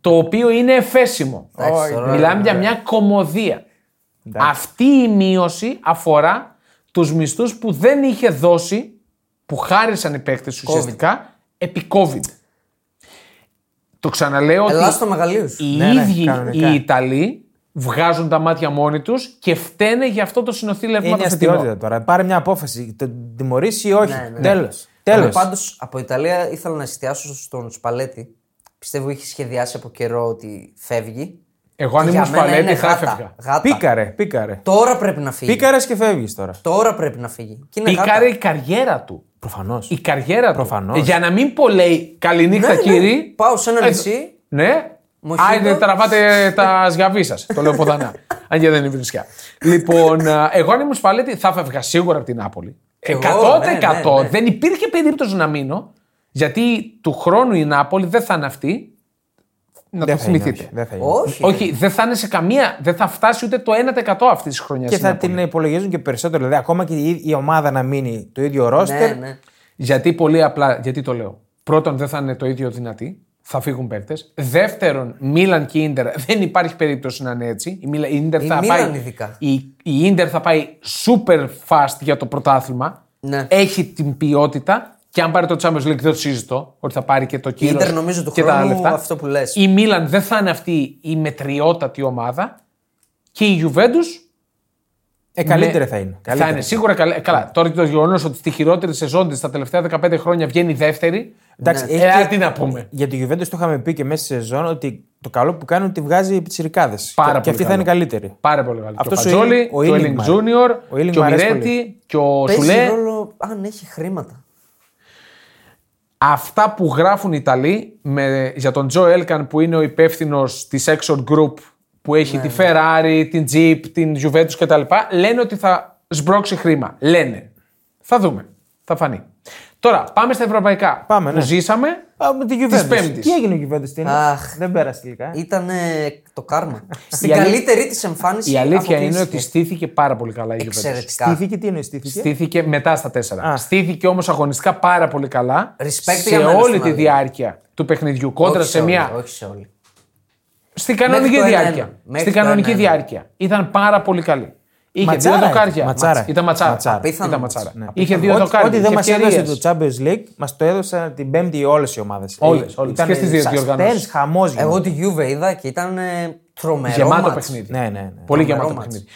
το οποίο είναι εφέσιμο.
Εντάξει, τώρα,
Μιλάμε για μια κομμωδία.
Εντάξει.
Αυτή η μείωση αφορά τους μισθούς που δεν είχε δώσει, που χάρισαν οι παίκτες ουσιαστικά, επί COVID. Το ξαναλέω ότι
Ελά στο μεγαλείο σου.
οι
Ναι, ναι,
ίδιοι
κανονικά.
οι Ιταλοί βγάζουν τα μάτια μόνοι τους και φταίνε για αυτό το συνοθήλευμα
Είναι
το φετινό.
αστείωτητα τώρα. Ε, Πάρε μια απόφαση. Τον τιμωρήσει ή όχι.
Ναι, ναι.
Τέλος.
Ε,
Πάντως από Ιταλία ήθελα να εστιάσω στον Σπαλέτη. Πιστεύω είχε σχεδιάσει από καιρό ότι φεύγει.
Εγώ αν
Και
ήμουν
για μένα
σπαλέτη
είναι
θα
γάτα.
έφευγα.
Γάτα.
Πίκαρε, πίκαρε.
Τώρα πρέπει να φύγει.
Πίκαρες και φεύγεις τώρα.
Τώρα πρέπει να φύγει. Και είναι
Πήκαρε
γάτα.
η καριέρα του.
Προφανώς.
Η καριέρα Προφανώς.
Προφανώς.
του. Για να μην πω λέει καληνύχτα
Ναι, ναι.
κύριοι.
Πάω σε ένα
Ε,
νησί.
Ναι.
Μοχίτο.
Άιντε, τραβάτε τα σγαβί σας. Το λέω ποδανά. Αν και δεν είναι βρισιά. λοιπόν, α, εγώ αν ήμουν σπαλέτη θα φεύγα σίγουρα από την Νάπολη. 100%
εγώ, ναι, ναι, ναι.
δεν υπήρχε περίπτωση να μείνω. Γιατί του χρόνου η Νάπολη δεν θα είναι αυτή. Να
Δεν
το
θα είναι,
θυμηθείτε.
όχι, δεν θα είναι.
Όχι.
Όχι, δεν θα είναι σε καμία. Δεν θα φτάσει ούτε το 1% αυτής της χρονιάς.
Και θα την υπολογίζουν και περισσότερο. Δηλαδή, ακόμα και η, η ομάδα να μείνει το ίδιο ρόστερ.
Ναι, ναι.
Γιατί πολύ απλά, γιατί το λέω. Πρώτον, δεν θα είναι το ίδιο δυνατή. Θα φύγουν παίκτες. Δεύτερον, Μίλαν και Ιντερ δεν υπάρχει περίπτωση να είναι έτσι. Η, Μίλα- η Ιντερ
Η
θα
Μίλαν
πάει.
ειδικά.
Η, η Ίντερ θα πάει super fast για το πρωτάθλημα.
Ναι.
Έχει την ποιότητα και αν πάρει το Champions League, δεν το συζητώ ότι θα πάρει και το κύρος
Ίντερ νομίζω του
και τα
χρόνου
λεφτά.
αυτό που λες.
Η Μίλαν δεν θα είναι αυτή η μετριότατη ομάδα και η Juventus
Ε, καλύτερη
ναι.
θα είναι. Ναι.
Θα
Καλύτερη.
είναι σίγουρα καλέ- καλά. Τώρα και το γεγονός ότι στη χειρότερη σεζόν της τα τελευταία 15 χρόνια βγαίνει δεύτερη.
Εντάξει,
Ναι.
έχει
Ε,
και-
α, τι να πούμε.
Για τη Juventus το είχαμε πει και μέσα στη σεζόν ότι το καλό που κάνουν τη βγάζει οι πιτσιρικάδες. Και,
Πάρα πολύ
και αυτή θα
καλό.
είναι καλύτερη.
Πάρα πολύ μεγάλο.
Αυτός
και
ο
ο Πατζόλη,
Ήλινγκ- ο
ο
Ήλινγκ
Ήλινγκ
μ'
Junior,
Ο Ήλινγκ
και ο
μ' αρέσει
Μιρέτη, και ο
Παίζει
Σουλέ.
ρόλο αν έχει χρήματα.
Αυτά που γράφουν οι Ιταλοί με, για τον Τζο Έλκαν που είναι ο υπεύθυνος της Exxon Group που έχει
Ναι,
τη Ferrari, την Jeep, την Juventus κτλ. Λένε ότι θα σμπρώξει χρήμα. Λένε. Θα δούμε. Θα φανεί. Τώρα πάμε στα ευρωπαϊκά.
Πάμε, ναι.
Που ζήσαμε.
Α, με τη Juventus.
Πέμπτης.
Τι έγινε η Juventus, τι είναι.
Αχ.
Δεν πέρασε τελικά. ε.
Ήταν το κάρμα. Στην
Η αλή-
καλύτερη της εμφάνιση.
Η αλήθεια είναι
αποκλείστηκε.
ότι στήθηκε πάρα πολύ καλά η Juventus.
Εξαιρετικά.
Στήθηκε, τι εννοείς, στήθηκε.
Στήθηκε μετά στα τέσσερα.
Α.
Στήθηκε όμως αγωνιστικά πάρα πολύ καλά
Respect
σε
για μένα στον
όλη τη
Αλή.
διάρκεια του παιχνιδιού. Κόντρα
Όχι
σε
όλοι,
μια.
Όχι σε όλοι.
Στην κανονική
Μέχρι το
διάρκεια.
ένα-ένα. Μέχρι
Στην
το
κανονική
ένα-ένα.
διάρκεια. Ήταν πάρα πολύ καλή. Είχε
Ματσάρα
δύο
ήταν.
δοκάρια.
Ματσάρα.
Ήταν ματσάρα.
Ματσάρα.
Ήταν
Απίθανο
ματσάρα.
μάτς. Ναι,
Είχε δύο
Ό,τι-
δοκάρια.
Ό,τι δεν μα
είχε
έδωσε
ευκαιρίες.
το Champions League, μας το έδωσαν την Πέμπτη όλες οι ομάδες.
Όλες, όλες. Και στις δύο διοργανώσεις.
χαμό
Εγώ τη Juve είδα και ήταν ε, Τρομερό
Γεμάτο
μάτς.
παιχνίδι.
Ναι, ναι, ναι.
Πολύ
Τρομερό
γεμάτο
μάτς.
παιχνίδι.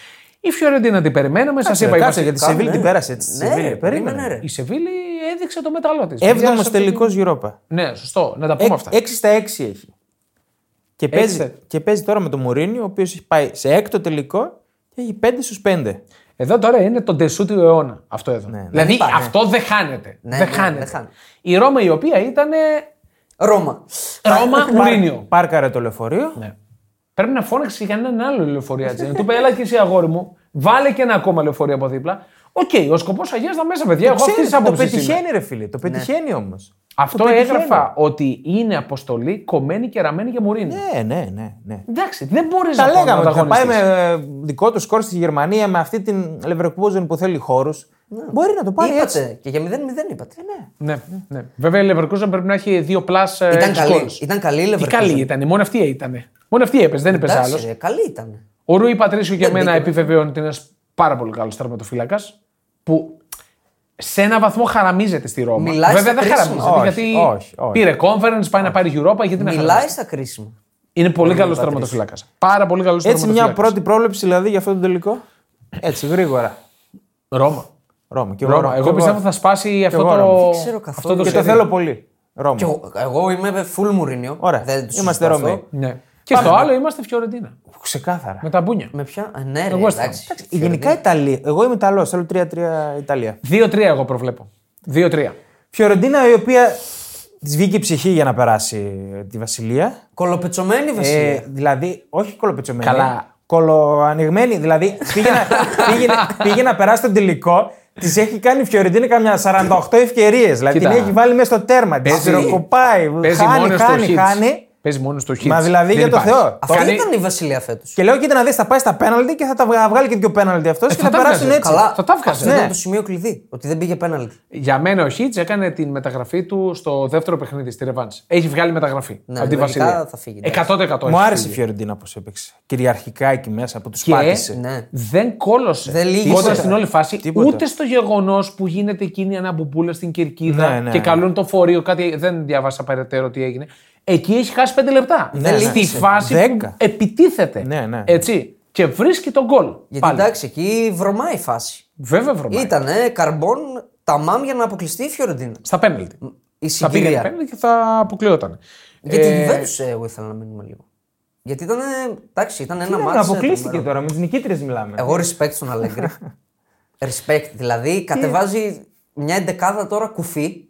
Η Φιωρεντίνα την περιμέναμε, σα είπα.
Κάτσε
είμαστε-
γιατί η Σεβίλη την πέρασε έτσι. τη
Ναι,
Σεβίλη.
ρε,
Περίμενε.
περίμενε, ρε.
Η Σεβίλη έδειξε το μέταλλό της.
Έβδομος τελικό Ε, Europa.
Ναι, σωστό. Να τα πούμε αυτά.
6 στα 6 έχει. Και παίζει,
στα-
και παίζει τώρα με τον Μουρίνιο, ο οποίος έχει πάει σε έκτο τελικό και έχει 5 στου 5.
Εδώ τώρα είναι το ντεσού του αιώνα. Αυτό εδώ.
ναι,
δηλαδή
είπα, ναι.
αυτό δεν χάνεται.
Ναι,
δεν
ναι,
χάνεται.
δεν χάνεται.
Η Ρώμα η οποία ήταν
Ρώμα.
Ρώμα Μουρίνιο.
Πάρκαρε το λεωφορείο.
Ναι. Πρέπει να φώναξε για έναν άλλο λεωφορεία. του είπε, έλα και εσύ αγόρι μου, βάλε και ένα ακόμα λεωφορείο από δίπλα. Οκ, ο σκοπός αγιάζα μέσα, παιδιά. Εγώ αυτή
Ξέρεις,
της
το
άποψης.
πετυχαίνει, ρε φίλε.
Ναι.
Το πετυχαίνει όμως.
Αυτό έγραφα ότι είναι αποστολή κομμένη και ραμμένη για Μουρίνιο.
Ναι, ναι, ναι. ναι.
Εντάξει, δεν μπορείς να
Τα
λέγαμε,
λέγαμε ότι θα πάει με ε, δικό του σκορ στη Γερμανία με αυτή την Leverkusen που θέλει χώρους. Μπορεί να το πάρει έτσι.
Είπατε και για 0-0 είπατε.
Ναι, ναι. Βέβαια η Leverkusen πρέπει να έχει δύο πλάσ. ε,
Ήταν καλή.
scores.
Ήταν καλή η
Τι
Leverkusen.
καλή ήταν, μόνο αυτή ήταν. Μόνο αυτή έπαιζε, δεν έπαιζε
Εντάξει,
άλλος.
ρε, καλή ήταν.
Ο Ρούι Πατρίσιο για μένα
μπήκε.
επιβεβαιώνει ότι είναι ένας πάρα πολύ καλός τερματοφύλακας που σε ένα βαθμό χαραμίζεται στη Ρώμα.
Μιλάει
Βέβαια
στα
δεν
κρίσιμα.
χαραμίζεται
Όχι,
γιατί
όχι, όχι.
πήρε conference, πάει να πάρει Europa. Γιατί να
Μιλάει
χαραμίζεται.
στα κρίσιμα.
Είναι πολύ καλό τερματοφύλακα. Πάρα πολύ καλός
Έτσι,
τερματοφύλακα.
μια πρώτη πρόβλεψη δηλαδή για αυτό το τελικό. Έτσι, γρήγορα.
Ρώμα.
Ρώμα. Και
Ρώμα. Εγώ πιστεύω θα σπάσει αυτό
εγώ Ρώμα.
το.
Δεν
ξέρω
Αυτό
καθόλου.
το
Και το
σερί.
θέλω πολύ. Ρώμα.
Και εγώ, εγώ είμαι full Μουρίνιο.
Ωραία.
Δεν τους
Είμαστε
συζητάω
Ρώμοι.
αυτό.
Ναι. Και στο άλλο είμαστε Φιωρεντίνα.
Ξεκάθαρα.
Με τα μπούνια.
Με ποια. ε, Ναι, ρε,
Εγώ αισθάνομαι.
εντάξει.
Γενικά Ιταλία. Εγώ είμαι Ιταλός. Θέλω 3-3 Ιταλία.
2-3 εγώ προβλέπω. 2-3.
Φιωρεντίνα η οποία της βγήκε η ψυχή για να περάσει τη Βασιλεία.
Κολοπετσωμένη Βασιλεία.
Ε, δηλαδή, όχι κολοπετσωμένη.
Καλά.
Κολοανοιγμένη. Δηλαδή, πήγε να, πήγε, να- πήγε να περάσει τον τελικό. Της έχει κάνει η Φιωρεντίνα καμιά 48 ευκαιρίες. Δηλαδή,
Κοίτα.
την έχει βάλει μέσα στο τέρμα. Της
Παίζει-
πυροκοπάει.
Παίζει
Χάνει,
μόνος στο
χάνει,
hits.
χάνει.
Παίζει μόνος στο hits.
Μα δηλαδή,
Δεν
για το
υπάρχει.
Θεό.
Αυτή
Κάνει-
ήταν η Βασιλεία φέτος.
Και λέω, κοίτα να δεις, θα πάει στα πέναλτι και θα τα βγα- βγάλει και δύο πέναλτι αυτό και
Ε, θα
θα,
τα
περάσουν
βγάζει.
έτσι.
Καλά.
θα τα βγάζει,
Αυτό
ναι.
ήταν το σημείο κλειδί. Ότι δεν πήγε πέναλτι.
Για μένα ο Χίτ έκανε την μεταγραφή του στο δεύτερο παιχνίδι, στη Ρεβάνς. Έχει βγάλει μεταγραφή.
Ναι,
από τη
λογικά
Βασιλεία.
θα φύγει, εντάξει.
100%
Μου
έχει
άρεσε η
φύγει.
Φιωρεντίνα πώς έπαιξε. Κυριαρχικά εκεί μέσα που τους
Και
πάτησε.
Ναι.
δεν κόλωσε.
Δεν λύγει
Κόντρα
τίποτα.
στην όλη φάση.
Τίποτα.
Ούτε στο γεγονός που γίνεται εκείνη η αναμπομπούλα στην κερκίδα
Ναι, ναι,
και
ναι.
καλούν το φορείο. Κάτι δεν διαβάσα περαιτέρω τι έγινε. Εκεί έχει χάσει 5 λεπτά.
ναι.
Στη
λύγησε.
φάση που
Δέκα.
επιτίθεται.
Ναι, ναι.
Έτσι. Και βρίσκει τον γκολ.
Γιατί
Πάλι.
εντάξει, εκεί βρωμάει η φάση.
Βέβαια βρωμάει.
Ήτανε καρμπών τα μάμ για να αποκλειστεί η Φιωρεντίνα.
Στα πέναλτι.
Η
Θα πήγαινε
συγκυρία.
πέναλτι και θα Ε, αποκλειόταν.
Για τη Juventus ε, εγώ ήθελα να μείνουμε λίγο. Γιατί ήταν. Εντάξει, ήταν ένα
Ναι,
μάτσο.
αποκλείστηκε τώρα, με τις νικήτριες μιλάμε.
Εγώ respect στον Αλέγκρι. respect. Δηλαδή κατεβάζει μια εντεκάδα τώρα κουφή.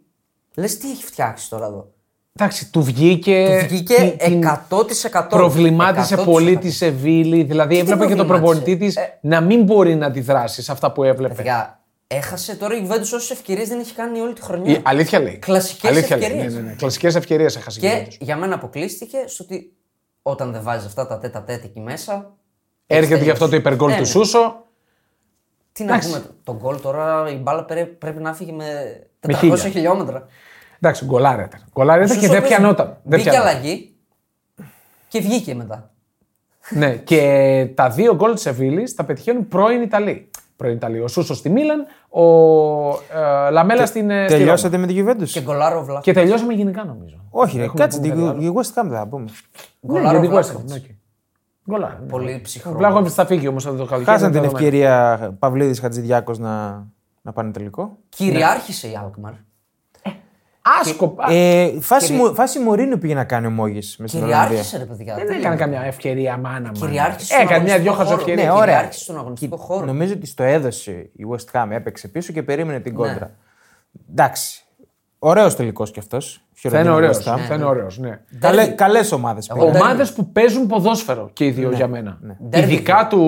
Λες τι έχει φτιάξει τώρα εδώ.
Εντάξει, του βγήκε.
Του βγήκε
Ε, την- την-
100%.
Προβλημάτισε
100%.
πολύ τη Σεβίλη. Δηλαδή, έβλεπε και τον
προβλημάτισε? Ε,
προπονητή της να μην μπορεί να αντιδράσει σε αυτά που έβλεπε.
Παιδιά, έχασε τώρα η Juventus όσες ευκαιρίες δεν έχει κάνει όλη τη χρονιά.
Η αλήθεια λέει.
Κλασικές
Αλήθεια λέει,
ευκαιρίες.
Ναι, ναι, ναι. Κλασικές ευκαιρίες έχασε η
Και
Juventus.
για μένα αποκλείστηκε στο ότι όταν δεν βάζει αυτά τα τέτα τέτα εκεί μέσα.
Έρχεται
τέλος.
γι' αυτό το υπεργκόλ
Ναι,
του
ναι.
Σούσο.
Τι να
Εντάξει.
πούμε, τον γκολ τώρα η μπάλα πρέ- πρέπει να φύγει με 400
χίλια.
χιλιόμετρα.
Εντάξει, γκολάρα ήταν. Γκολάρα ήταν και
Σωστό
δεν
παίζει.
πιανόταν. Δεν
Μπήκε
πιανόταν.
αλλαγή και βγήκε μετά.
Ναι, και τα δύο γκολ της Σεβίλης τα πετυχαίνουν πρώην Ιταλοί. Πρώην Ιταλοί. Ο Σούσο στη Μίλαν, ο ε, Λαμέλα στην. ε, στη Ρώμη.
Τελειώσατε με την κυβέρνηση.
Και γκολάρο βλά.
Και τελειώσαμε γενικά νομίζω.
Όχι, ρε,
Έχουμε να
κάτσε
πούμε
την
κάτι άλλο.
West Ham θα πούμε.
Ναι,
Γκολάρο
γιατί
Βλάχοβιτς.
West Ham, ναι, οκ. Γκολάρα. ναι.
Πολύ ψυχρό.
Ο Βλάχοβιτ θα φύγει όμως από το καλοκαίρι.
Χάσαν την
δεδομένο.
ευκαιρία Παυλίδης Χατζηδιάκος να, να πάνε τελικό.
Κυριάρχησε η Αλκμαρ.
Άσκοπα.
Ε, φάση, μου, φάση Μωρίνου πήγε να κάνει ο Μόγης με στην Ολλανδία.
Κυριάρχησε ρε παιδιά.
Δεν έκανε καμιά ευκαιρία μάνα μου. Ε,
Κυριάρχησε στον
Έκανε μια-δυο
αγωνιστικό χώρο.
χαζοευκαιρίε.
Ναι,
ωραία.
Κυριάρχησε στον αγωνιστικό
Ναι,
χώρο.
Νομίζω ότι στο έδωσε η West Ham, έπαιξε πίσω και περίμενε την κόντρα. Εντάξει. Ωραίος τελικός κι αυτός.
Θα είναι ωραίο. Θα είναι ωραίος. Ναι.
Καλέ ομάδε πήγαν.
Ομάδες που παίζουν ποδόσφαιρο και οι δύο για μένα.
Ναι. Ντέρμπι.
Ειδικά του,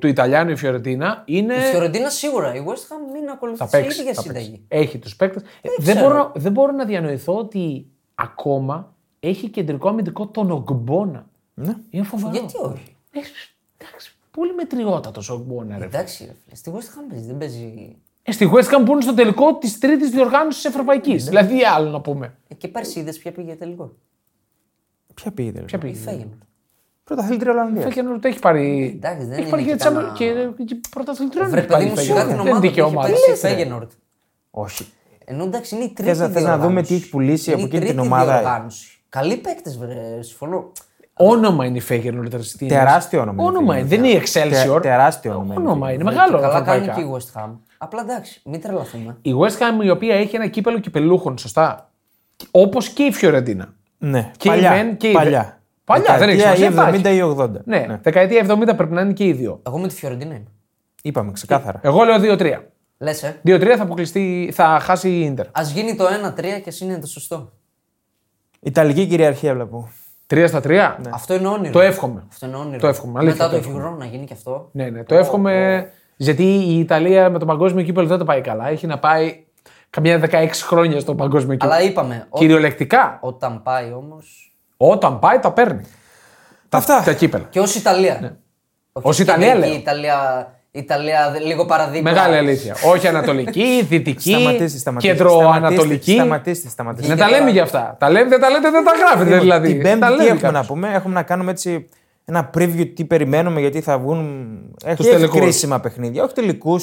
του Ιταλιάνου η Φιωρεντίνα είναι.
Η Φιωρεντίνα σίγουρα. Η West Ham μην
Ε, Θα
ακολουθήσει η
παίξει,
ίδια
θα παίξει.
συνταγή.
Έχει τους παίκτες. Δεν,
ξέρω.
μπορώ, δεν μπορώ να διανοηθώ ότι ακόμα έχει κεντρικό αμυντικό τον Ογκμπόνα.
Ναι.
Είναι φοβερό.
Γιατί όχι.
Ε, εντάξει, πολύ μετριότατο ο Ογκμπόνα. Ρε.
Εντάξει, ρε φίλε, στη West Ham παίζει, δεν παίζει.
Ε, Στη West Ham που είναι στο τελικό της τρίτης διοργάνωσης της Ευρωπαϊκής.
Ναι.
Δηλαδή, τι άλλο να πούμε.
Ε, Και πέρσι είδε ποια πήγε τελικό.
Ποια πήγε τελικά.
Ε,
Η Φέγγεν.
Πρώτα θέλει τρία Ολλανδία.
Φέκενορ το έχει πάρει.
Εντάξει, δεν
έχει
είναι
πάρει και,
και
τσάμπε-
κανένα-
και, και πρωταθλητριών.
Βρε
έχει
παιδί
πάρει
μου
η
σιγά
Φέγενορ.
την
Δεν
ομάδα
είναι
που
δίκαια
έχει
ομάδα.
παίξει η Φέγγενορτ.
Όχι.
Ενώ εντάξει είναι η τρίτη
Θες να- θες να δούμε
διοργάνωση.
τι έχει πουλήσει από
Είναι η
εκείνη την
τρίτη
ομάδα.
διοργάνωση. Καλοί παίκτες, βρε, συμφωνώ.
Όνομα είναι η Feyenoord. τι είναι.
Τεράστιο όνομα είναι η
Όνομα είναι.
Feyenoord.
Δεν είναι η
Τε-
Excelsior.
τεράστιο όνομα είναι η
Όνομα
Feyenoord.
είναι. Μεγάλο
Καλά κάνει
ευρωπαϊκά.
και η West Ham. Απλά εντάξει, μην τρελαθούμε.
Η West Ham η οποία έχει ένα κύπελο κυπελούχων, σωστά. Όπως και η Φιωρεντίνα.
Ναι,
Και η
παλιά.
μεν και η δε.
παλιά.
Παλιά, δεν έχει
Δεκαετία
σημασία,
70 ή 80.
Ναι, δεκαετία 70 πρέπει να είναι και οι δύο.
Εγώ με τη Φιωρεντίνα είμαι.
Είπαμε ξεκάθαρα.
Εγώ λέω 2-3.
Λες, ε.
2-3 θα, αποκλειστεί, θα χάσει η Ιντερ.
Ας γίνει το 1-3 και εσύ είναι το σωστό.
Ιταλική κυριαρχία βλέπω.
3 στα 3.
Αυτό είναι όνειρο.
Το εύχομαι.
Αυτό είναι όνειρο.
Το εύχομαι, αλήθεια,
Μετά το
το εύχομαι.
Euro να γίνει και αυτό.
Ναι, ναι, το εύχομαι. Γιατί η Ιταλία με το παγκόσμιο κύπελο δεν τα πάει καλά. Έχει να πάει καμιά 16 χρόνια στο παγκόσμιο κύπελο.
Αλλά είπαμε, ό,
Κυριολεκτικά.
όταν πάει όμως.
Όταν πάει, τα παίρνει. Τα,
Αυτά.
τα κύπελα.
Και ως Ιταλία. Ναι.
Ως Ιταλία, λέω.
Ιταλία, Ιταλία, δε- λίγο παραδείγμα.
Μεγάλη αλήθεια. Όχι ανατολική, δυτική,
Σταματήστε, σταματήστε.
κεντροανατολική.
Σταματήστε, σταματήστε.
Να τα λέμε για αυτά. Τα λέμε, δεν τα λέτε, δεν τα γράφετε
Λοιπόν,
δηλαδή.
Την Πέμπτη
τα
τι
λέμε
έχουμε
κάποιος.
να πούμε, έχουμε να κάνουμε έτσι ένα preview τι περιμένουμε γιατί θα βγουν ε, έχει έχει
τελικούς.
κρίσιμα παιχνίδια, όχι τελικούς.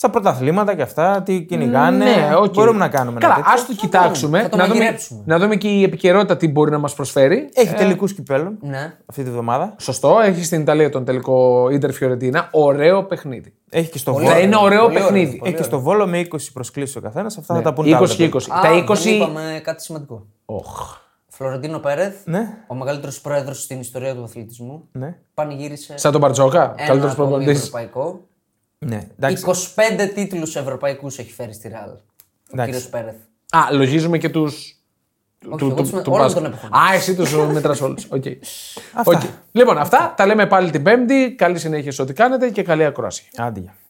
Στα πρωταθλήματα και αυτά, τι κυνηγάνε.
Ναι, οκ.
Μπορούμε να κάνουμε
Καλά,
ένα τέτοιο.
ας το κοιτάξουμε.
Θα το
να, δούμε,
μαγειρέψουμε.
να δούμε και η επικαιρότητα τι μπορεί να μας προσφέρει.
Έχει τελικούς κυπέλων
Ναι.
αυτή τη βδομάδα.
Σωστό, έχει στην Ιταλία τον τελικό Ιντερ Φιωρεντίνα. Ωραίο παιχνίδι.
Έχει και στο
Πολύ
Βόλο.
Θα είναι ωραίο
Πολύ ωραίο,
παιχνίδι.
πολύ
Έχει και στο Βόλο με 20 προσκλήσεις ο καθένας. Αυτά θα τα πούνε
20
τα
Ναι. και 20.
Α,
τα
δεν
20.
Είπαμε κάτι σημαντικό.
Οχ.
Φλωρεντίνο Πέρεθ,
Ναι.
ο μεγαλύτερος πρόεδρος στην ιστορία του αθλητισμού,
Ναι.
πανηγύρισε
Σαν τον Μπαρτζόκα,
ένα
καλύτερος
ακόμη
προπονητής.
ευρωπαϊκό.
ναι. Εντάξει.
25 τίτλους ευρωπαϊκούς έχει φέρει στη Ρεάλ. Ο
Εντάξει.
κύριος Πέρεθ.
Α, λογίζουμε και τους.
εγώ τους με- όλων των εποχών.
Α, εσύ τους μετρά όλου.
Αυτά.
Λοιπόν, αυτά τα λέμε πάλι την Πέμπτη. Καλή συνέχεια σε ό,τι κάνετε και καλή ακρόαση.
Άντε, γεια.